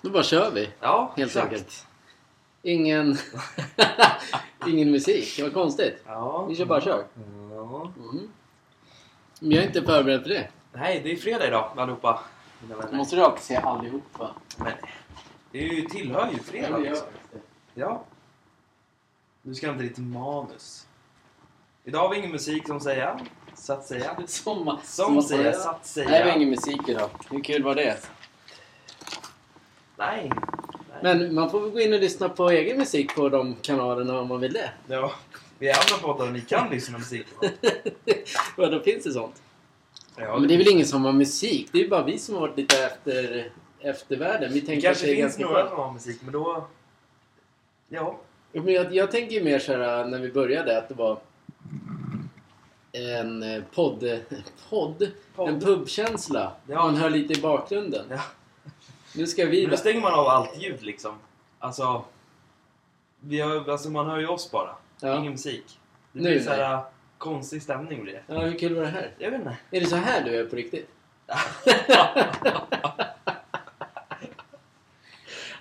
Då bara kör vi. Ja, Helt exakt. enkelt. Ingen, ingen musik. Det var konstigt. Ja. Vi kör bara kör. Ja. Mm. Men jag är inte förberedd för det. Nej, det är fredag idag allihopa. Mina vänner. måste du också se allihopa. Men det är ju, tillhör ju fredag liksom. Ja. Du ska inte ditt manus. Idag har vi ingen musik som säger. Så att säga. Som, Som säger, så att säga. Nej, det var ingen musik idag. Hur kul var det? Nej. Nej. Men man får väl gå in och lyssna på egen musik på de kanalerna om man vill det. Ja, vi är andra poddar vi kan lyssna på musik. va? och då finns det sånt. Ja, Ja, men det är väl ingen som har musik? Det är ju bara vi som har varit lite efter eftervärlden. Vi det tänker att kanske det är finns ganska några skönt. som har musik, men då... Ja. Ja, Men jag, jag tänker ju mer så här äh, när vi började att det var en eh, podd, podd, Podd. en pubkänsla. Ja. Man hör lite i bakgrunden. ja. Nu ska vi... Men då stänger man av allt ljud liksom. Alltså, vi har, alltså man hör ju oss bara. Ja. Ingen musik. Det Nu, blir så här äh, konstig stämning blir det. Ja, hur kul var det här? Jag vet inte. Är det så här du är på riktigt?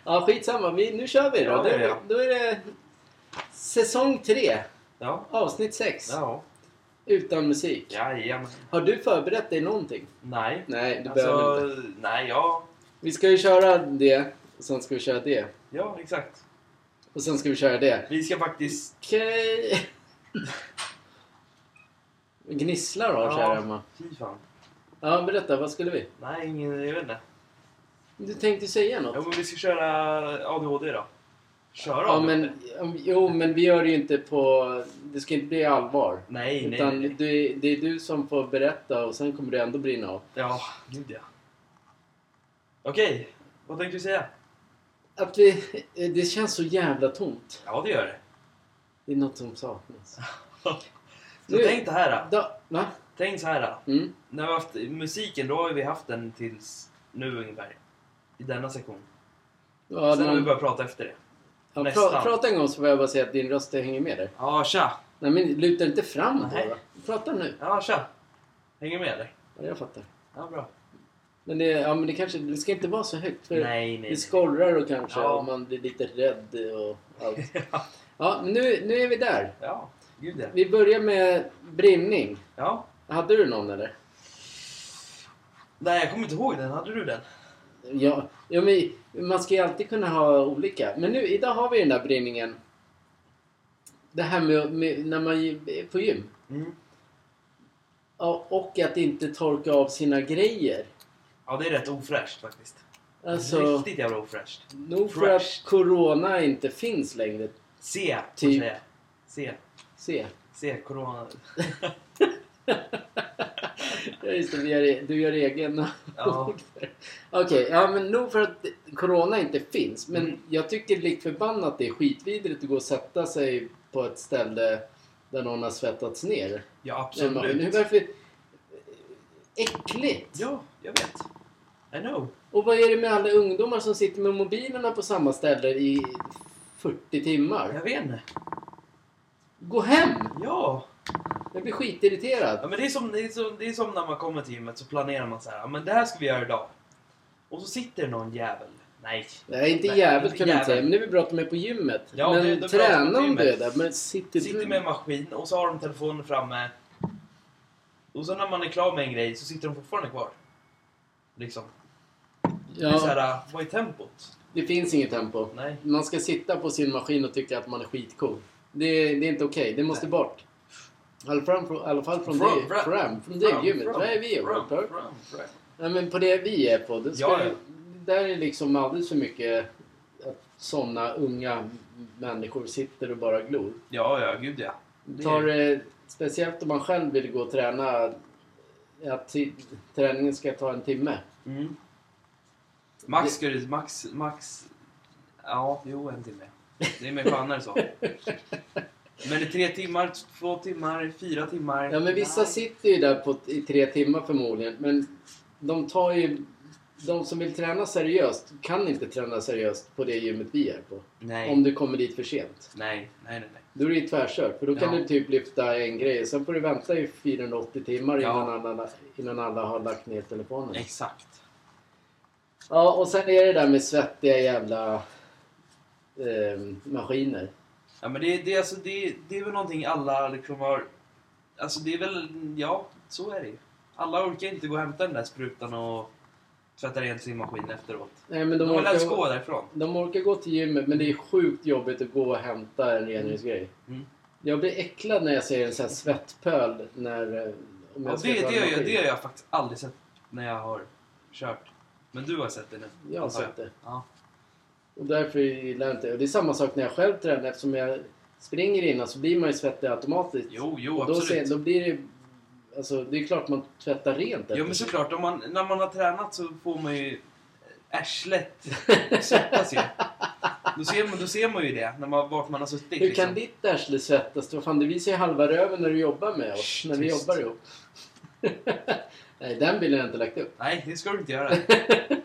ja, skitsamma. Vi, nu kör vi då. Ja, då, ja, ja. då är det säsong tre, Ja. avsnitt sex, Ja. utan musik. Jajamän. Har du förberett dig någonting? Nej. Nej, du behöver inte. Alltså, nej, ja. Vi ska ju köra det, och sen ska vi köra det, Ja, exakt. och sen ska vi köra det. Vi ska faktiskt... Okej. Gnisslar har så här hemma. fy fan. Ja, berätta. Vad skulle vi? Nej, ingen, jag vet inte. Du tänkte säga något? Ja, men vi ska köra ADHD då. Köra Ja, ADHD? men, jo, men vi gör det ju inte på... Det ska inte bli allvar. Nej, nej, Utan nej. nej. Det, det är du som får berätta och sen kommer det ändå brinna av. Ja, gud ja. Okej, vad tänkte du säga? Att vi, eh, det känns så jävla tomt. Ja, det gör det. Det är något som saknas. Så Nu- tänk det här. Då. Da, va? Tänk så här. Då. Mm. När vi har haft musiken, då har vi haft den tills nu ungefär. I denna sektion. Ja, Sen har vi någon, börjat prata efter det. ja, pra, nästan. prata en gång så får jag bara säga att din röst hänger med där. Ja, tja. Nej, men luta inte fram då, Nej. va? Prata nu. Ja, tja. Hänger med eller? Ja, jag fattar. Ja, bra. Men det, ja, men det kanske det ska inte vara så högt. För Nej, nej. det skorrar och kanske Ja. och man blir lite rädd och allt. nej. Ja, nu, nu är vi där. ja, gud ja. Vi börjar med brinning. ja. Hade du någon eller? Nej, jag kommer inte ihåg den. Hade du den? Ja, ja men man ska ju alltid kunna ha olika. Men nu, idag har vi den där brinningen. Det här med, med när man är på gym. Mm. Ja, Och att inte torka av sina grejer. Ja, det är rätt ofräscht faktiskt. Alltså, Riktigt jävla ofräscht. nog för att fresh. corona inte finns längre. Se, får Typ. säga. Se. Se. Se, corona. Ja, Just det, vi gör, du gör egen. Ja. Okej, ja men nog för att corona inte finns. Men Mm. jag tycker likt förbannat det är skitvidrigt att gå och sätta sig på ett ställe där någon har svettats ner. Ja, Nej, men absolut. hur- varför... Äckligt! Ja, jag vet. I know. Och vad är det med alla ungdomar som sitter med mobilerna på samma ställe i 40 timmar? Jag vet inte. Gå hem! Ja. Jag blir skitirriterad. ja men det, är som, det, är som, det är som när man kommer till gymmet så planerar man så här. "Ja, men det här ska vi göra idag. Och så sitter någon jävel. Nej. Nej, inte Nej, jävligt inte kan man inte säga. jävel. Men det är väl bra att de är på gymmet. Ja, det- det är men bra att träna de är på om du är gymmet. där. Men sitter, Sitter med en maskin och så har de telefonen framme. Och så när man är klar med en grej så sitter de fortfarande kvar. Liksom. Det är så Ja, här, äh, vad är tempot? det finns inget tempo. Nej. Man ska sitta på sin maskin och tycka att man är skitcool. Det, det är inte okej. Det måste bort. I alla fall från, i alla fall från, From- det, fra- fram, från det Fram, gymmet. fram, Där är vi och fram, rapar. fram, fram. Nej men på det vi är på, då ska Ja, ja. det- där är liksom alldeles för mycket att sådana unga människor sitter och bara glor. Ja, ja, gud ja. Det Det- Tar, eh, speciellt om man själv vill gå och träna, att ti- träningen ska ta en timme. Mm. Max ska du... Max... Max... Ja, jo, en timme. Det är mer skönare så. Men det är tre timmar, två timmar, fyra timmar. Ja men vissa Nej. sitter ju där på, i tre timmar förmodligen, men de tar ju... De som vill träna seriöst kan inte träna seriöst på det gymmet vi är på. Nej. Om du kommer dit för sent. nej, nej, nej, nej. Då är det ju tvärkört, för då kan Ja. du typ lyfta en grej. Sen får du vänta i 480 timmar Ja. innan, alla, innan alla har lagt ner telefonen. Exakt. Ja, och sen är det där med svettiga jävla ehm, maskiner. Ja, men det, det, är alltså, det, det är väl någonting alla liksom har... Alltså det är väl... Ja, så är det ju. Alla orkar inte gå och hämta den där sprutan och tvätta rent sin maskin efteråt. Nej, men De de, vill helst orkar, gå därifrån. de orkar gå till gymmet men det är sjukt jobbigt att gå och hämta en rengöringsgrej. Mm. Jag blir äcklad när jag ser en sån här svettpöl när... eh, Om Ja, ska det, ta det, en har jag, maskin. det har jag faktiskt aldrig sett när jag har kört. Men du har sett det nu? Jag har antar sett det. Ja. Och därför gillar jag inte. Och det är samma sak när jag själv tränar. Eftersom jag springer innan så blir man ju svettig automatiskt. Jo, jo, och då, absolut. ser, då blir det Alltså det är klart man tvättar rent Ja efter men sig. såklart, om man, när man har tränat så får man ju ärslet svettas ju. Då ser, man, då ser man ju det, när man, vart man har suttit. liksom. Hur kan ditt arsle svettas? Vad fan, det visar ju halva röven när du jobbar med oss. Shh, när vi tyst. jobbar ihop. Nej, den bilden har jag inte lagt upp. Nej, det ska du inte göra.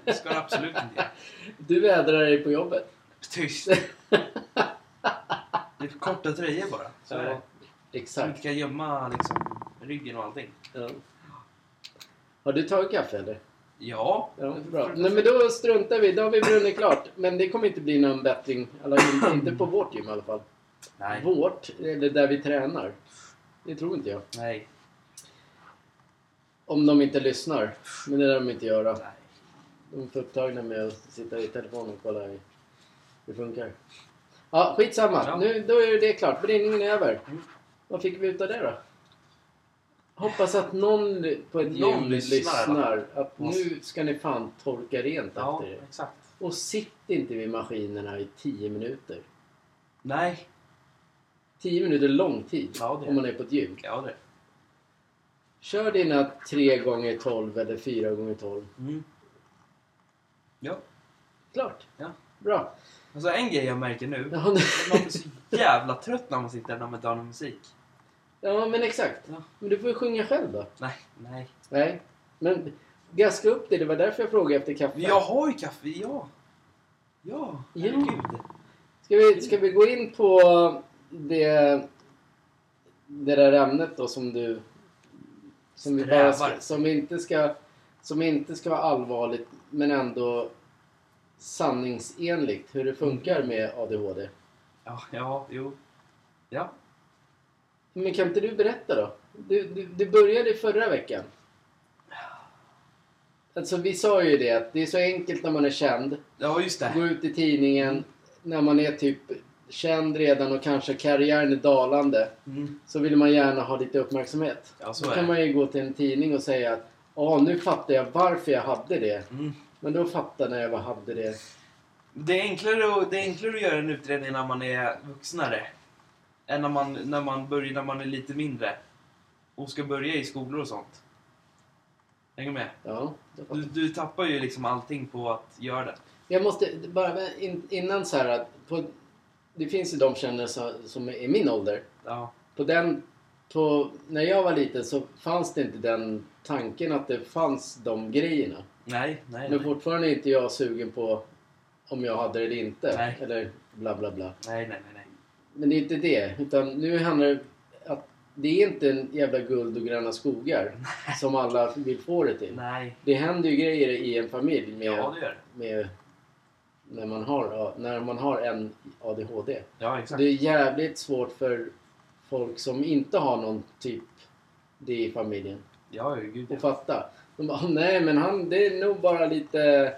Det ska du absolut inte göra. Du vädrar dig på jobbet. Tyst. Det är korta tröjor bara. Så är det. Så man Exakt. inte kan gömma liksom, ryggen och allting. Ja. Har du tagit kaffe eller? Ja. Ja, bra. Nej men då struntar vi. Då har vi brunnit klart. Men det kommer inte bli någon bättring. Alla, inte på vårt gym i alla fall. Nej. Vårt, eller där vi tränar. Det tror inte jag. Nej. Om de inte lyssnar. Men det lär de inte göra. Nej. De är för upptagna med att sitta i telefonen och kolla hur det funkar. Ja, skitsamma. Ja. Nu, då är det klart. Brinningen är över. Mm. Vad fick vi ut av det då? Hoppas att någon på ett Någon gym lyssnar, lyssnar. Att Ja. nu ska ni fan torka rent Ja, efter er. exakt. Och sitt inte vid maskinerna i 10 minuter. Nej. 10 minuter är lång tid Ja, det är om man är på ett gym. Ja, det. Kör dina 3 gånger 12 eller 4 gånger 12 Mm. Ja. Klart. Ja. Bra. Alltså en grej jag märker nu. Ja, nu- Man blir så jävla trött när man sitter där med dagen musik. ja men exakt. Ja. Men du får ju sjunga själv då. Nej, nej. Nej. Men gaska upp det. Det var därför jag frågade efter kaffe. Men jag har ju kaffe, ja. Ja, Ja. herregud. Ska, vi, ska vi gå in på det, det där ämnet då som du... Som vi, bara ska, Strävar. som, vi inte ska, som inte ska vara allvarligt men ändå sanningsenligt. Hur det funkar med ADHD. Ja, ja, jo. Ja. Men kan inte du berätta då? Du, du, det började förra veckan. Alltså vi sa ju det att det är så enkelt när man är känd. Ja, just Gå det. ut i tidningen när man är typ känd redan och kanske karriären är dalande. Mm. Så vill man gärna ha lite uppmärksamhet. Ja, Så så är kan det. man ju gå till en tidning och säga att ja nu fattar jag varför jag hade det. Mm. Men då fattade jag vad jag hade det. Det, är enklare att, det är enklare att göra en utredning när man är vuxnare. Än när man, när man börjar när man är lite mindre. Och ska börja i skolor och sånt. Hänger du med? Ja, då fattar Du, du tappar ju liksom allting på att göra det. Jag måste bara in, innan så här att på, det finns ju de kändisar som är i min ålder. Ja. På den, på, när jag var liten så fanns det inte den tanken att det fanns de grejerna. Nej, nej, Men nej. fortfarande är inte jag sugen på om jag hade det eller inte. Nej. Eller bla bla bla. Nej, nej, nej. nej. Men det är inte det. Utan nu handlar det att det är inte en jävla guld och gröna skogar som alla vill få det till. Nej. Det händer ju grejer i en familj med, Ja, det gör det. med när, man har, när man har en ADHD. Ja, Så exakt. Det är jävligt svårt för folk som inte har någon typ det i familjen Ja, ja, gud. ja. att fatta. De bara, nej men han, det är nog bara lite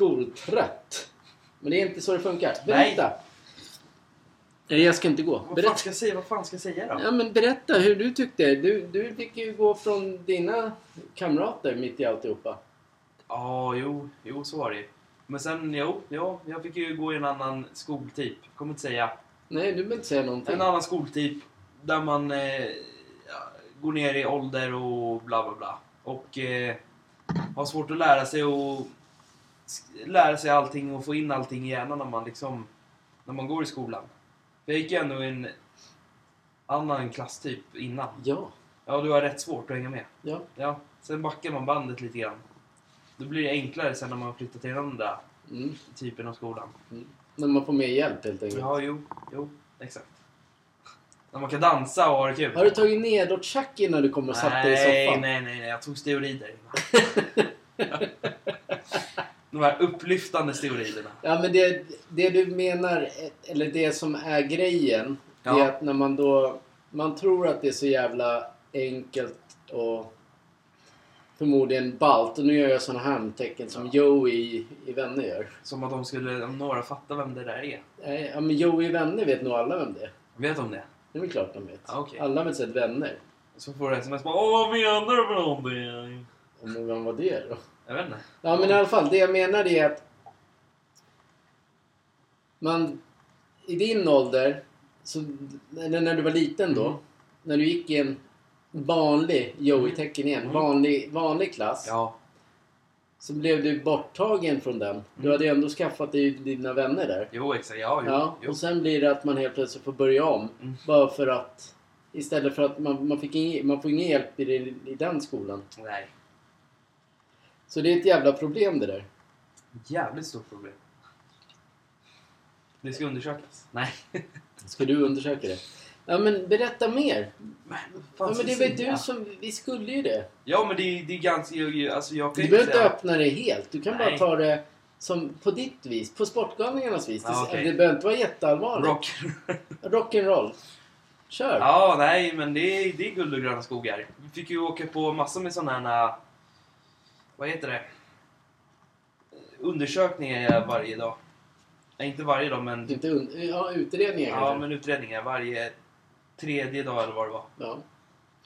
skoltrött. Men det är inte så det funkar. Nej. Berätta! Nej. Jag ska inte gå. Vad fan, Berätta. ska jag säga, vad fan ska jag säga då? Ja, men berätta hur du tyckte. Du, du fick ju gå från dina kamrater mitt i alltihopa. Ja, jo, jo, så var det ju. Men sen, jo, ja, jag fick ju gå i en annan skoltyp. Kommer inte säga. Nej, du behöver inte säga någonting. En annan skoltyp där man eh, ja, går ner i ålder och bla bla bla. Och eh, har svårt att lära sig och sk- lära sig allting och få in allting i hjärnan när man liksom, när man går i skolan. För jag gick ju ändå i en annan klasstyp innan. Ja, Ja, du har rätt svårt att hänga med. ja. Ja, sen backar man bandet lite grann. Då blir det enklare sen när man flyttar till den andra Mm. typen av skolan. Mm. När man får mer hjälp helt enkelt. Ja, jo, jo, exakt. När man kan dansa och ha det kul. Har du tagit nedåt-tjack innan du kom och satte dig i nej, soffan? nej, nej, nej, jag tog steorider. De här upplyftande steroiderna. Ja, men det, det du menar, eller det som är grejen, det Ja. är att när man då... Man tror att det är så jävla enkelt och förmodligen ballt. Och nu gör jag sådana handtecken som Joey i- i Vänner gör. Som att de skulle, om några fattar vem det där är. Nej, Ja, men Joey i Vänner vet nog alla vem det är. Vet de det? Det är väl klart de vet. Ja, okej. Alla har väl sett Vänner? Så får du sms bara Åh, vad menar du med någonting? Om vem var det då? Jag vet inte. Ja, men i alla fall, det jag menar är att man i din ålder, så, när, när du var liten då, Mm. när du gick i en vanlig Joey-tecken igen, Mm. vanlig, vanlig klass, Ja. så blev du borttagen från den. Mm. Du hade ju ändå skaffat dig dina vänner där. Jo, exakt. Ja, jo. Ja, Mm. jo. och sen blir det att man helt plötsligt får börja om. Mm. Bara för att istället för att man, man, fick ing, man får ingen hjälp i, den- i den skolan. Nej. Så det är ett jävla problem det där. Jävligt stort problem. Det ska undersökas. Nej. Ska du undersöka det? Ja men berätta mer. Men, fan, Ja, ska men det jag var ju säga? du som... Vi skulle ju det. Ja, men det, är- det är ganska... jag- jag- Alltså, jag kan Du ju behöver inte säga- öppna det helt. Du kan bara Nej. ta det som på ditt vis. På Sportgalningarnas vis. Ja, det, okej. det behöver inte vara jätteallvarligt. Rock. Rock'n'roll. Kör. ja, nej, men det är, det är guld och gröna skogar. Vi fick ju åka på massor med sådana här... äh, Vad heter det? Undersökningar varje dag. Nej, inte varje dag, men... Inte un- ja, utredningar Ja, kanske. men utredningar varje tredje dag eller vad det var. Ja.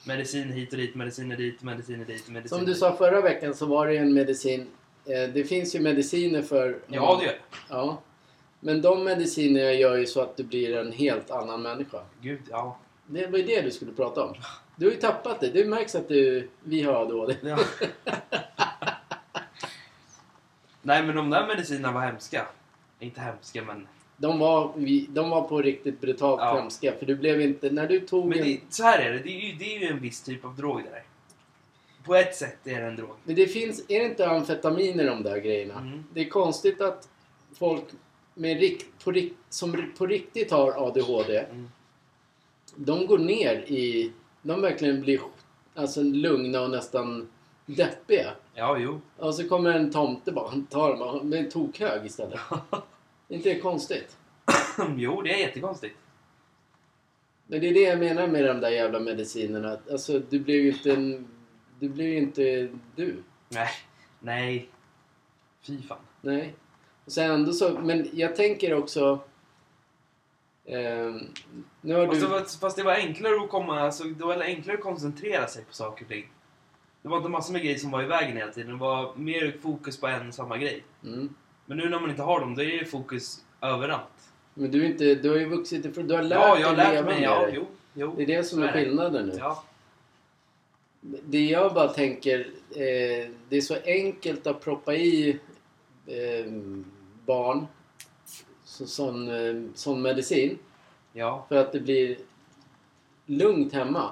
Medicin hit och dit, mediciner dit, mediciner dit, medicin Som du dit. sa förra veckan så var det ju en medicin. eh, Det finns ju mediciner för... Ja, det gör det. Ja. Men de medicinerna gör ju så att du blir en helt annan människa. Gud, ja. Det var ju det du skulle prata om. Du har ju tappat det. Det märks att du, vi har ADHD. ja. Nej, men de där medicinerna var hemska. Inte hemska, men... De var, vi- de var på riktigt brutalt Ja. hemska. För du blev inte... När du tog Men en... det, så här är det. Det är, ju, det är ju en viss typ av drog det där. På ett sätt är det en drog. Men det finns... Är det inte amfetamin i de där grejerna? Mm. Det är konstigt att folk med rikt, på, rikt, som på riktigt har ADHD Mm. de går ner i... De verkligen blir alltså, lugna och nästan deppiga. Ja, jo. Och så kommer en tomte bara, han tar dem och blir tokhög istället. inte det konstigt? jo, det är jättekonstigt. Men det är det jag menar med de där jävla medicinerna. att, Alltså, du blev ju inte en... Du blev ju inte du. Nej. Nej. Fy fan. Nej. Och sen ändå så... Men jag tänker också... ehm, nu har Fast det, du... var, fast det var enklare att komma, alltså, det var enklare att koncentrera sig på saker och ting. Det var inte massor med grejer som var i vägen hela tiden. Det var mer fokus på en och samma grej. Mm. Men nu när man inte har dem, då är det fokus överallt. Men du, är inte, du har ju vuxit ifrån... Du har lärt ja, jag har dig lärt leva mig. med Ja, det. jo, jo. Det är det som är Så är det. skillnaden nu. Ja, Det jag bara tänker, eh, det är så enkelt att proppa i eh, barn så, sån, eh, sån medicin ja, för att det blir lugnt hemma.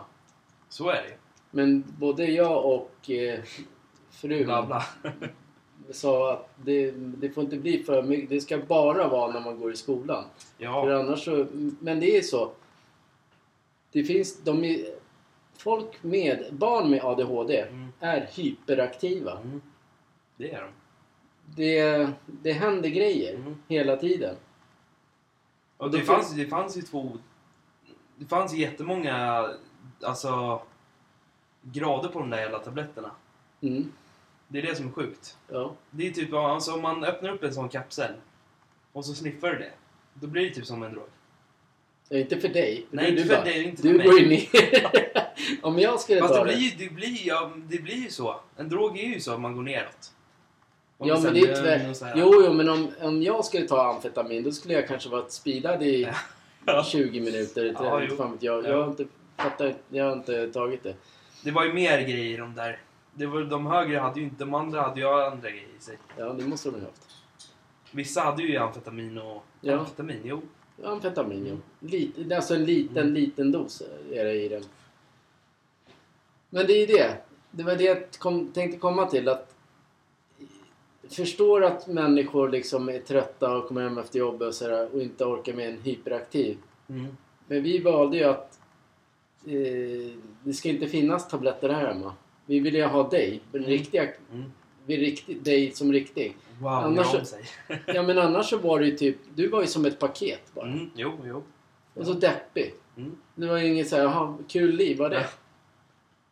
så är det Men både jag och eh, ju. frun Bla, bla. sa att det, det får inte bli för mycket, det ska bara vara när man går i skolan. För Ja, annars så, men det är så. Det finns, de är, folk med, barn med ADHD Mm. är hyperaktiva. mm. det är de. det, det händer grejer Mm. hela tiden. Och det, fanns, det fanns ju två... Det fanns ju jättemånga alltså, grader på de där jävla tabletterna. Mm. Det är det som är sjukt. Ja. Det är typ, alltså, om man öppnar upp en sån kapsel och så sniffar du det. Då blir det typ som en drog. Ja, Eh, inte för dig. Nej, du, inte för dig, inte för Du mig. går ju ner. Om jag skulle Fast det ta blir, det. ju- det, blir, ja, det blir ju så. En drog är ju så att man går neråt. Och Ja, sen men det är lugn tvärt. och så här. Jo, jo, men om, om jag skulle ta amfetamin då skulle jag kanske vara speedad i Ja. 20 minuter. Ja, Ja, jo. fan vet jag. Jag Ja. har inte fattat, jag har inte tagit det. Det var ju mer grejer i de där. Det var, de högre hade ju inte, de andra hade ju andra grejer i sig. Ja, det måste de ju ha haft. Vissa hade ju amfetamin och... Ja. Amfetamin, jo. Ja, Amfetamin, jo. Lite, alltså en liten, Mm. liten dos är det i den. Men det är ju det. Det var det jag kom, tänkte komma till. Att förstår att människor liksom är trötta och kommer hem efter jobbet och, sådär, och inte orkar med en hyperaktiv. Mm. Men vi valde ju att eh, det ska inte finnas tabletter här hemma. Vi ville ju ha dig, den Mm. riktiga Mm. vid riktigt, dig som riktig. Wow, Annars- gör om sig. Ja men annars så var det ju typ, du var ju som ett paket bara. Mm, jo, jo. Och så deppig. Mm. Det var ju inget såhär, jaha, kul liv, vad är det? Nej.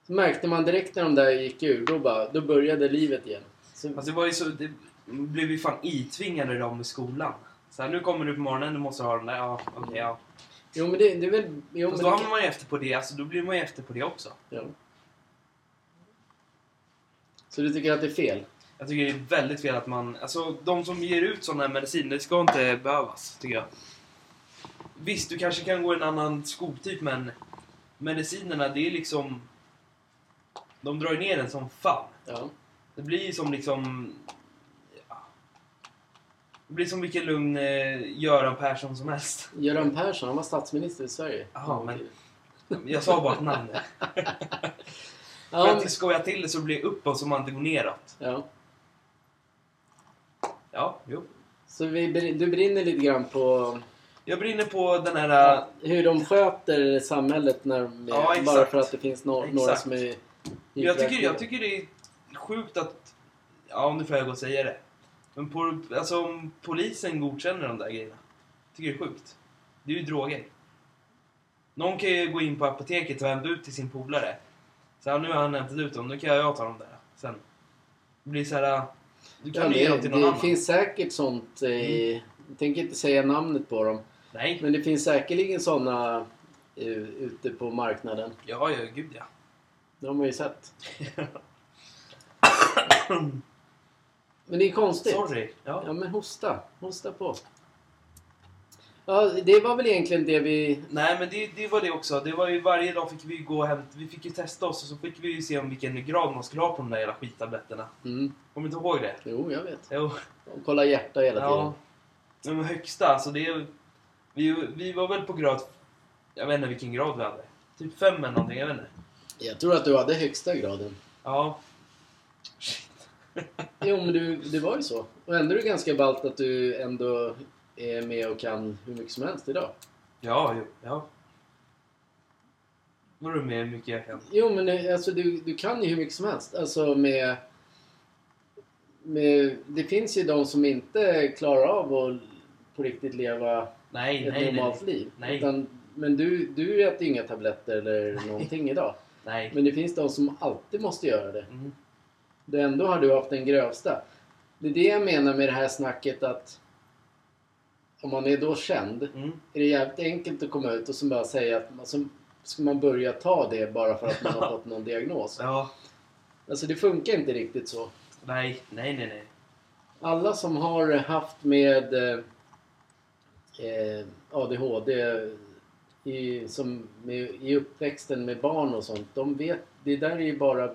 Så märkte man direkt när de där gick ur, då bara, då började livet igen. Så, Fast Alltså, det var ju så... Det blev ju fan itvingade dem i skolan. Så här, nu kommer du på morgonen, du måste ha den där. Ja, okej, ja. jo men det, det är väl, jo men Fast det, då hamnar kan- man ju efter på det. Alltså, då blir man ju efter på det också. ja. Så du tycker att det är fel? Jag tycker det är väldigt fel att man... Alltså de som ger ut sådana här mediciner, det ska inte behövas, tycker jag. Visst, du kanske kan gå en annan skotyp, men medicinerna, det är liksom... De drar ju ner den som fan. Ja. Det blir ju som liksom... Ja. Det blir som vilken lugn eh, Göran Persson som helst. Göran Persson, han var statsminister i Sverige. Jaha, men- Jag sa bara ett namn. För Ja, att skoja till det så blir det uppåt så man inte går neråt. men, ja. Ja, jo. Så vi, br- du brinner lite grann på Jag brinner på den här... eh, hur de sköter samhället när de, Ja, exakt. bara för att det finns no, några Exakt. som är... Jag tycker, jag tycker det är sjukt att... Ja, nu får jag gå och säga det. Men på, alltså, om polisen godkänner de där grejerna. Tycker det är sjukt. Det är ju droger. Någon kan ju gå in på apoteket och hämta ut till sin polare. Så här, nu har han hämtat ut dem, nu kan jag ta dem där. Sen. Det blir så här... äh, Du kan Ja, ju ge dem det, till någon det annan. Mm. finns säkert sånt i... Jag tänker inte säga namnet på dem. Nej. Men det finns säkerligen såna eh, ute på marknaden. Ja, ja, gud ja. Det har man ju sett. Men det är konstigt. Sorry. Ja Ja. men hosta. Hosta på. Ja, det var väl egentligen det vi... Nej, men det, det var det också. Det var ju varje dag fick vi ju gå och hämta... Vi fick ju testa oss och så fick vi ju se om vilken grad man skulle ha på de där jävla skittabletterna. Mm. Kommer du inte ihåg det? Jo, jag vet. Jo. Och kolla hjärta hela tiden. Ja. De högsta, alltså det är, vi, vi var väl på grad... Jag vet inte vilken grad vi hade. Typ fem eller någonting, jag vet inte. Jag tror att du hade högsta graden. Ja. Jo, men du, det var ju så. Och ändå är det ganska ballt att du ändå är med och kan hur mycket som helst idag. Ja, jo, ja. Var du med hur mycket jag kan? Jo, men eh, alltså du, du kan ju hur mycket som helst. Alltså med, med... Det finns ju de som inte klarar av att på riktigt leva Nej, ett nej, nej. normalt liv. Nej. Utan, men du, du äter ju inga tabletter eller någonting idag. nej. Men det finns de som alltid måste göra det. Mm. Det ändå har du haft den grövsta. Det är det jag menar med det här snacket att om man är då känd Mm. är det jävligt enkelt att komma ut och som bara säga att man, som, ska man börja ta det bara för att man har fått någon diagnos. Ja. Alltså det funkar inte riktigt så. Nej, nej, nej, nej. Alla som har haft med eh, eh, ADHD i, som med, i uppväxten med barn och sånt, de vet, det där är ju bara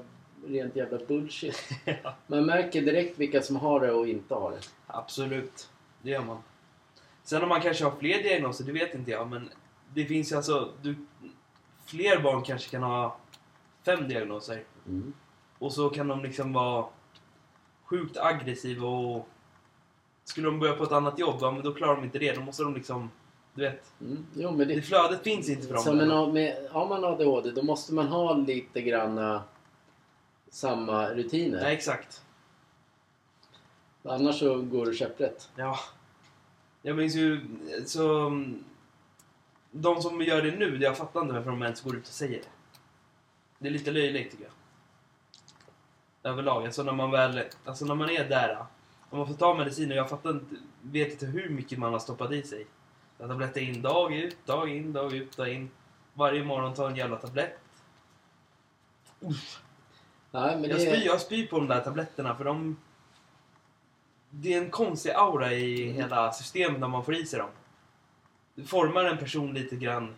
rent jävla bullshit. Man märker direkt vilka som har det och inte har det. Absolut. Det gör man. Sen om man kanske har fler diagnoser, det vet inte jag. Men det finns ju alltså... Du, fler barn kanske kan ha fem diagnoser. Och så kan de liksom vara sjukt aggressiva och... Skulle de börja på ett annat jobb, ja, men då klarar de inte det. Då måste de liksom... Du vet, Mm. Jo, men det det, flödet finns inte för dem. så men har, med, har man ADHD då måste man ha lite granna samma rutiner. Nej, exakt. Annars så går det käpprätt. Ja. Jag minns ju... Så... mm, De som gör det nu, jag fattar inte varför de ens går ut och säger det. Det är lite löjligt, tycker jag. Överlag. Alltså när man väl... Alltså när man är där. Om man får ta medicin och jag fattar inte... Vet inte hur mycket man har stoppat i sig. Jag tabletter in dag ut, dag in, dag ut, dag in. Varje morgon tar en jävla tablett. Nej, men Jag det, spyr, jag spyr på de där tabletterna för de... Det är en konstig aura i Mm. hela systemet när man får i sig dem. Det formar en person lite grann.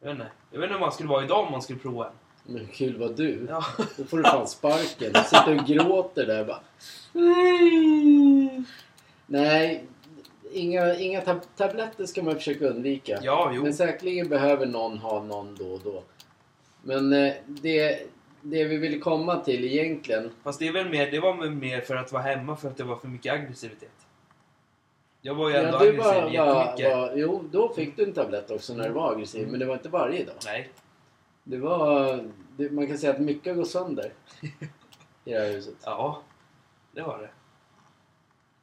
Jag vet inte, jag vet inte hur man skulle vara idag om man skulle prova en. men hur kul var du? Ja. Då får du fan sparken. Du sitter och gråter där bara. Nej, inga, inga tab- tabletter ska man försöka undvika. ja, jo. Men säkerligen behöver någon ha någon då och då. Men eh, det, det vi vill komma till egentligen. Fast det, är väl mer, det var väl mer för att vara hemma för att det var för mycket aggressivitet. Jag var ju ändå du aggressiv var- jättemycket. var, var, jo, då fick du en tablett också när du var aggressiv. Mm. Men det var inte varje dag. Nej. Det var, det, man kan säga att mycket går sönder i det här huset. Ja. det var det.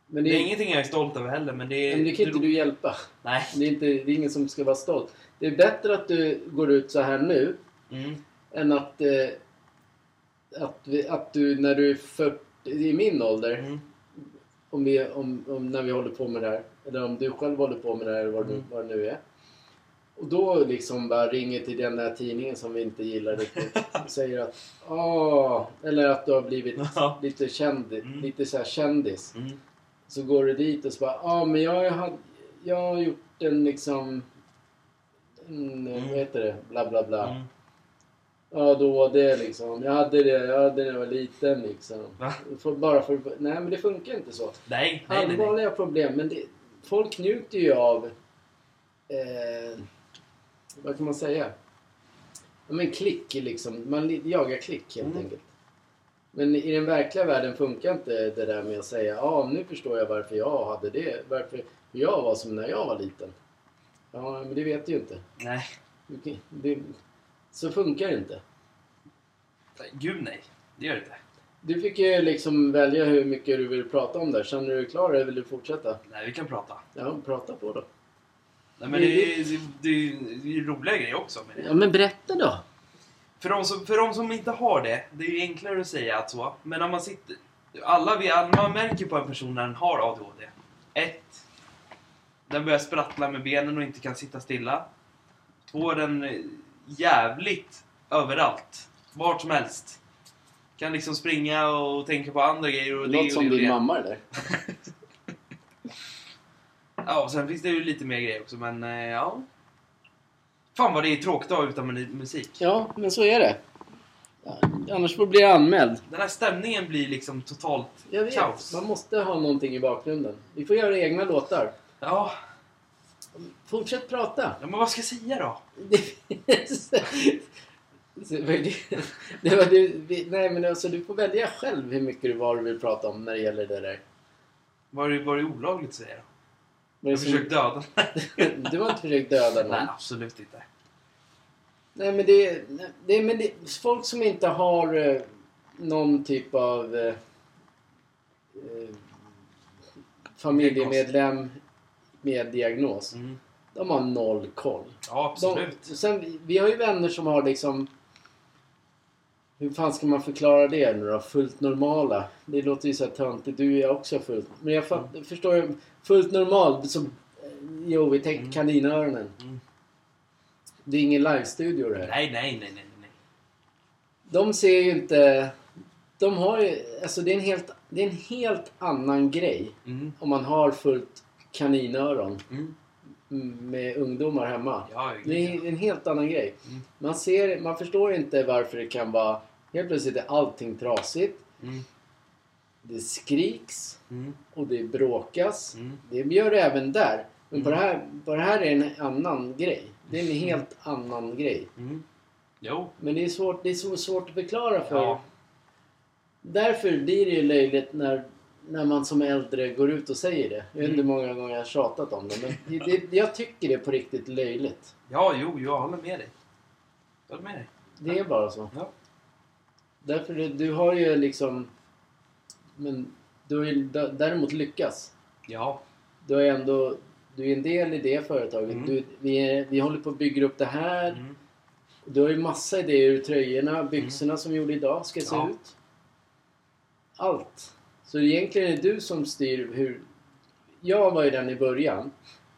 Men Det det, är ingenting jag är stolt över heller, men det är... men det kan inte du hjälpa. Nej. Det är, inte, det är ingen som ska vara stolt. Det är bättre att du går ut så här nu Mm. än att, eh, att, vi, att du när du är 40, i min ålder, Mm. om vi, om, om, när vi håller på med det här. Eller om du själv håller på med det här eller vad, Mm. du, vad det nu är. Och då liksom bara ringer till den där tidningen som vi inte gillar riktigt. Och säger att åh, eller att du har blivit Ja. lite, känd, Mm. lite så här kändis. Mm. Så går du dit och så bara ja men jag har, jag har gjort en liksom en, Mm. vad heter det, bla bla bla. Mm. Ja då var det liksom, jag hade det, jag hade det när jag var liten liksom. Va? För, bara för, nej men det funkar inte så Nej, nej, nej. nej. allvarliga problem. Men det, folk njuter ju av... Eh, vad kan man säga? Ja, men klick liksom. Man li- jagar klick helt Mm. enkelt. Men i den verkliga världen funkar inte det där med att säga ja ah, nu förstår jag varför jag hade det. Varför jag var som när jag var liten. Ja men det vet du ju inte. nej. Du kan- Det, så funkar det inte. Nej, Gud nej. Det gör det inte. Du fick ju liksom välja hur mycket du vill prata om där. Känner du dig klar eller vill du fortsätta? Nej, vi kan prata. Ja, prata på då. Nej, men det, är- det, det, det är ju roliga grejer också. Med det. Ja men berätta då. För de, som, för de som inte har det, det är ju enklare att säga att så. Men när man sitter... Alla vi, alla- man märker på en person när den har ADHD. Ett, Den börjar sprattla med benen och inte kan sitta stilla. Två, Den är jävligt överallt. Vart som helst. Kan liksom springa och tänka på andra grejer och Det låter det och som det. Och din det. mamma det där. Ja, och sen finns det ju lite mer grejer också, men eh, ja. Fan vad det är tråkigt att ha utan mu- musik. Ja, men så är det. Ja, Annars får du bli anmäld. Den här stämningen blir liksom totalt Jag vet, kaos. man måste ha någonting i bakgrunden. Vi får göra egna låtar. Ja, Fortsätt prata. ja, men vad ska jag säga då? Det- Så var det- det var det, vi- nej men alltså du får välja själv hur mycket du var du vill prata om när det gäller det där. Var det, var det olagligt att säga då? Var det Jag som- försökte döda Du har inte försökt döda någon? Nej, absolut inte. Nej men det, det, men det folk som inte har eh, någon typ av eh, eh, familjemedlem med diagnos. Mm. De har noll koll. Ja, De, absolut. sen, vi har ju vänner som har liksom... Hur fan ska man förklara det nu då? Fullt normala. Det låter ju så här töntigt. Du är också fullt... Men jag fatt, Mm. förstår ju. Fullt normal. Som, jo, vi tänker Mm. kaninöronen. Mm. Det är ingen livestudio det här. Nej, nej, nej, nej, nej. De ser ju inte... De har ju... Alltså det är en helt, det är en helt annan grej Mm. om man har fullt kaninöron Mm. mm, med ungdomar hemma. Ja, gud, Det är en helt annan grej. Mm. Man, ser, man förstår inte varför det kan vara... Helt plötsligt är allting trasigt. Mm. Det skriks Mm. och det bråkas. Mm. Det gör det även där. Men på, det Mm. här, på det här är en annan grej. Det är en helt annan grej. Mm. Jo. Men det är, svårt, det är så svårt att förklara för... Ja. Därför blir det ju löjligt när, när man som äldre går ut och säger det. Jag vet inte hur många gånger jag har tjatat om det. Men det, det, jag tycker det är på riktigt löjligt. ja, jo, jag håller med dig. Jag håller med dig. Det är bara så. Ja. Därför du, du har ju liksom... Men du har ju d- däremot lyckats. Ja. Du har ju ändå... Du är en del i det företaget. Mm. Du, vi, är, vi håller på att bygga upp det här. Mm. Du har ju massa idéer hur tröjorna, byxorna som vi gjorde idag ska se Ja. ut. Allt. Så egentligen är det du som styr hur... Jag var ju den i början.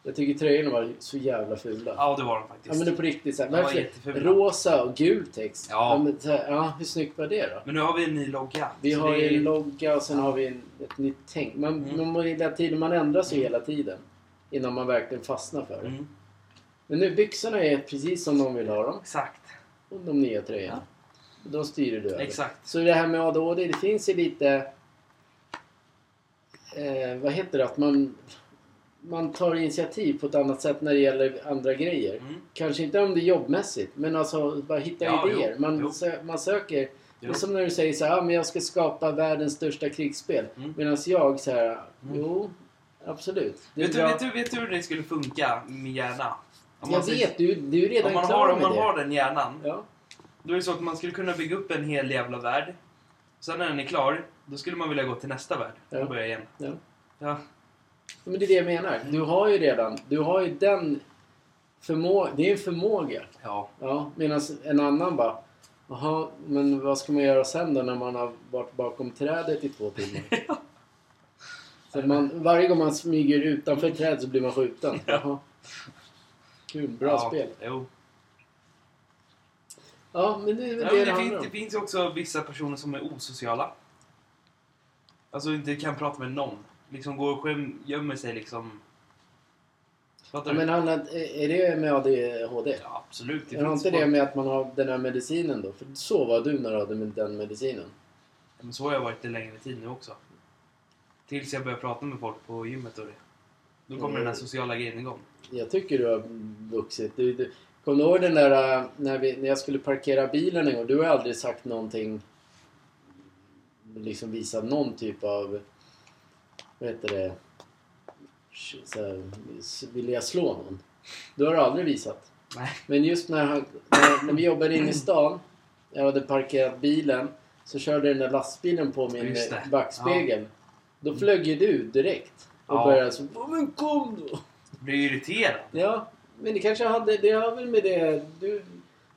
Jag tycker tröjorna var så jävla fula. Ja, det var de Ja faktiskt. men det är på riktigt såhär, De var varför jättefula. rosa och gul text? Ja. men, så här, ja hur snyggt var det då? Men nu har vi en ny logga. Vi så har det ju är- en logga och sen har vi en, ett nytt tänk. Man, Mm. man, må hela tiden, man ändrar sig hela tiden. Innan man verkligen fastnar för det. Mm. Men nu byxorna är precis som de vill ha dem. Exakt. Och de nya tröjorna. Och De styr du över. Exakt. Så det här med ADHD, det finns ju lite... Eh, vad heter det? Att man, man tar initiativ på ett annat sätt när det gäller andra grejer. Mm. Kanske inte om det är jobbmässigt, men alltså bara hitta Ja, idéer. jo, Man, jo. sö- man söker. Det Jo. är som när du säger så här, ah, men jag ska skapa världens största krigsspel. Mm. Medan jag så här, jo, absolut. Det är Vet, du, bra. vet, du, vet du hur det skulle funka, min hjärna? Om jag man säger- vet, du, du är redan Om man, klar har, om med man det. har den hjärnan, Ja. då är det så att man skulle kunna bygga upp en hel jävla värld. Sen när den är klar, Då skulle man vilja gå till nästa värld Ja. och börja igen. Ja. Ja. Men det är det jag menar. Du har ju redan, du har ju den förmågan, det är en förmåga. ja. Ja, medan en annan bara Jaha, men vad ska man göra sen då när man har varit bakom trädet i två timmar? så man, varje gång man smyger utanför trädet så blir man skjuten. Jaha. Kul, bra ja. spel. Jo. Ja, men det är väl Ja, det men det det, handlar finns, om. det finns ju också vissa personer som är osociala. Alltså inte kan prata med någon. Liksom går och skäm, gömmer sig liksom. Fattar Ja, du? men handlar, är det med ADHD? Ja, absolut. Det är det finns inte det folk- med att man har den här medicinen då? För så var du när du hade med den medicinen. Men så har jag varit en längre tid nu också. Tills jag börjar prata med folk på gymmet och det. Då kommer Mm. den här sociala grejen igång. Jag tycker du har vuxit. Du, du, kommer du ihåg den där äh, när, vi, när jag skulle parkera bilen en gång? Du har aldrig sagt någonting. Liksom visat någon typ av... Vad heter det? sh- Så här, s- vill jag slå någon? Du har aldrig visat. Nej. Men just när, han, när, när vi jobbade inne i stan. Jag hade parkerat bilen. Så körde den där lastbilen på min Just det. backspegel. Då flög ju du direkt. Och Ja. började så Men kom då! Blir irriterad. Ja, men det kanske hade, det har väl med det... Du,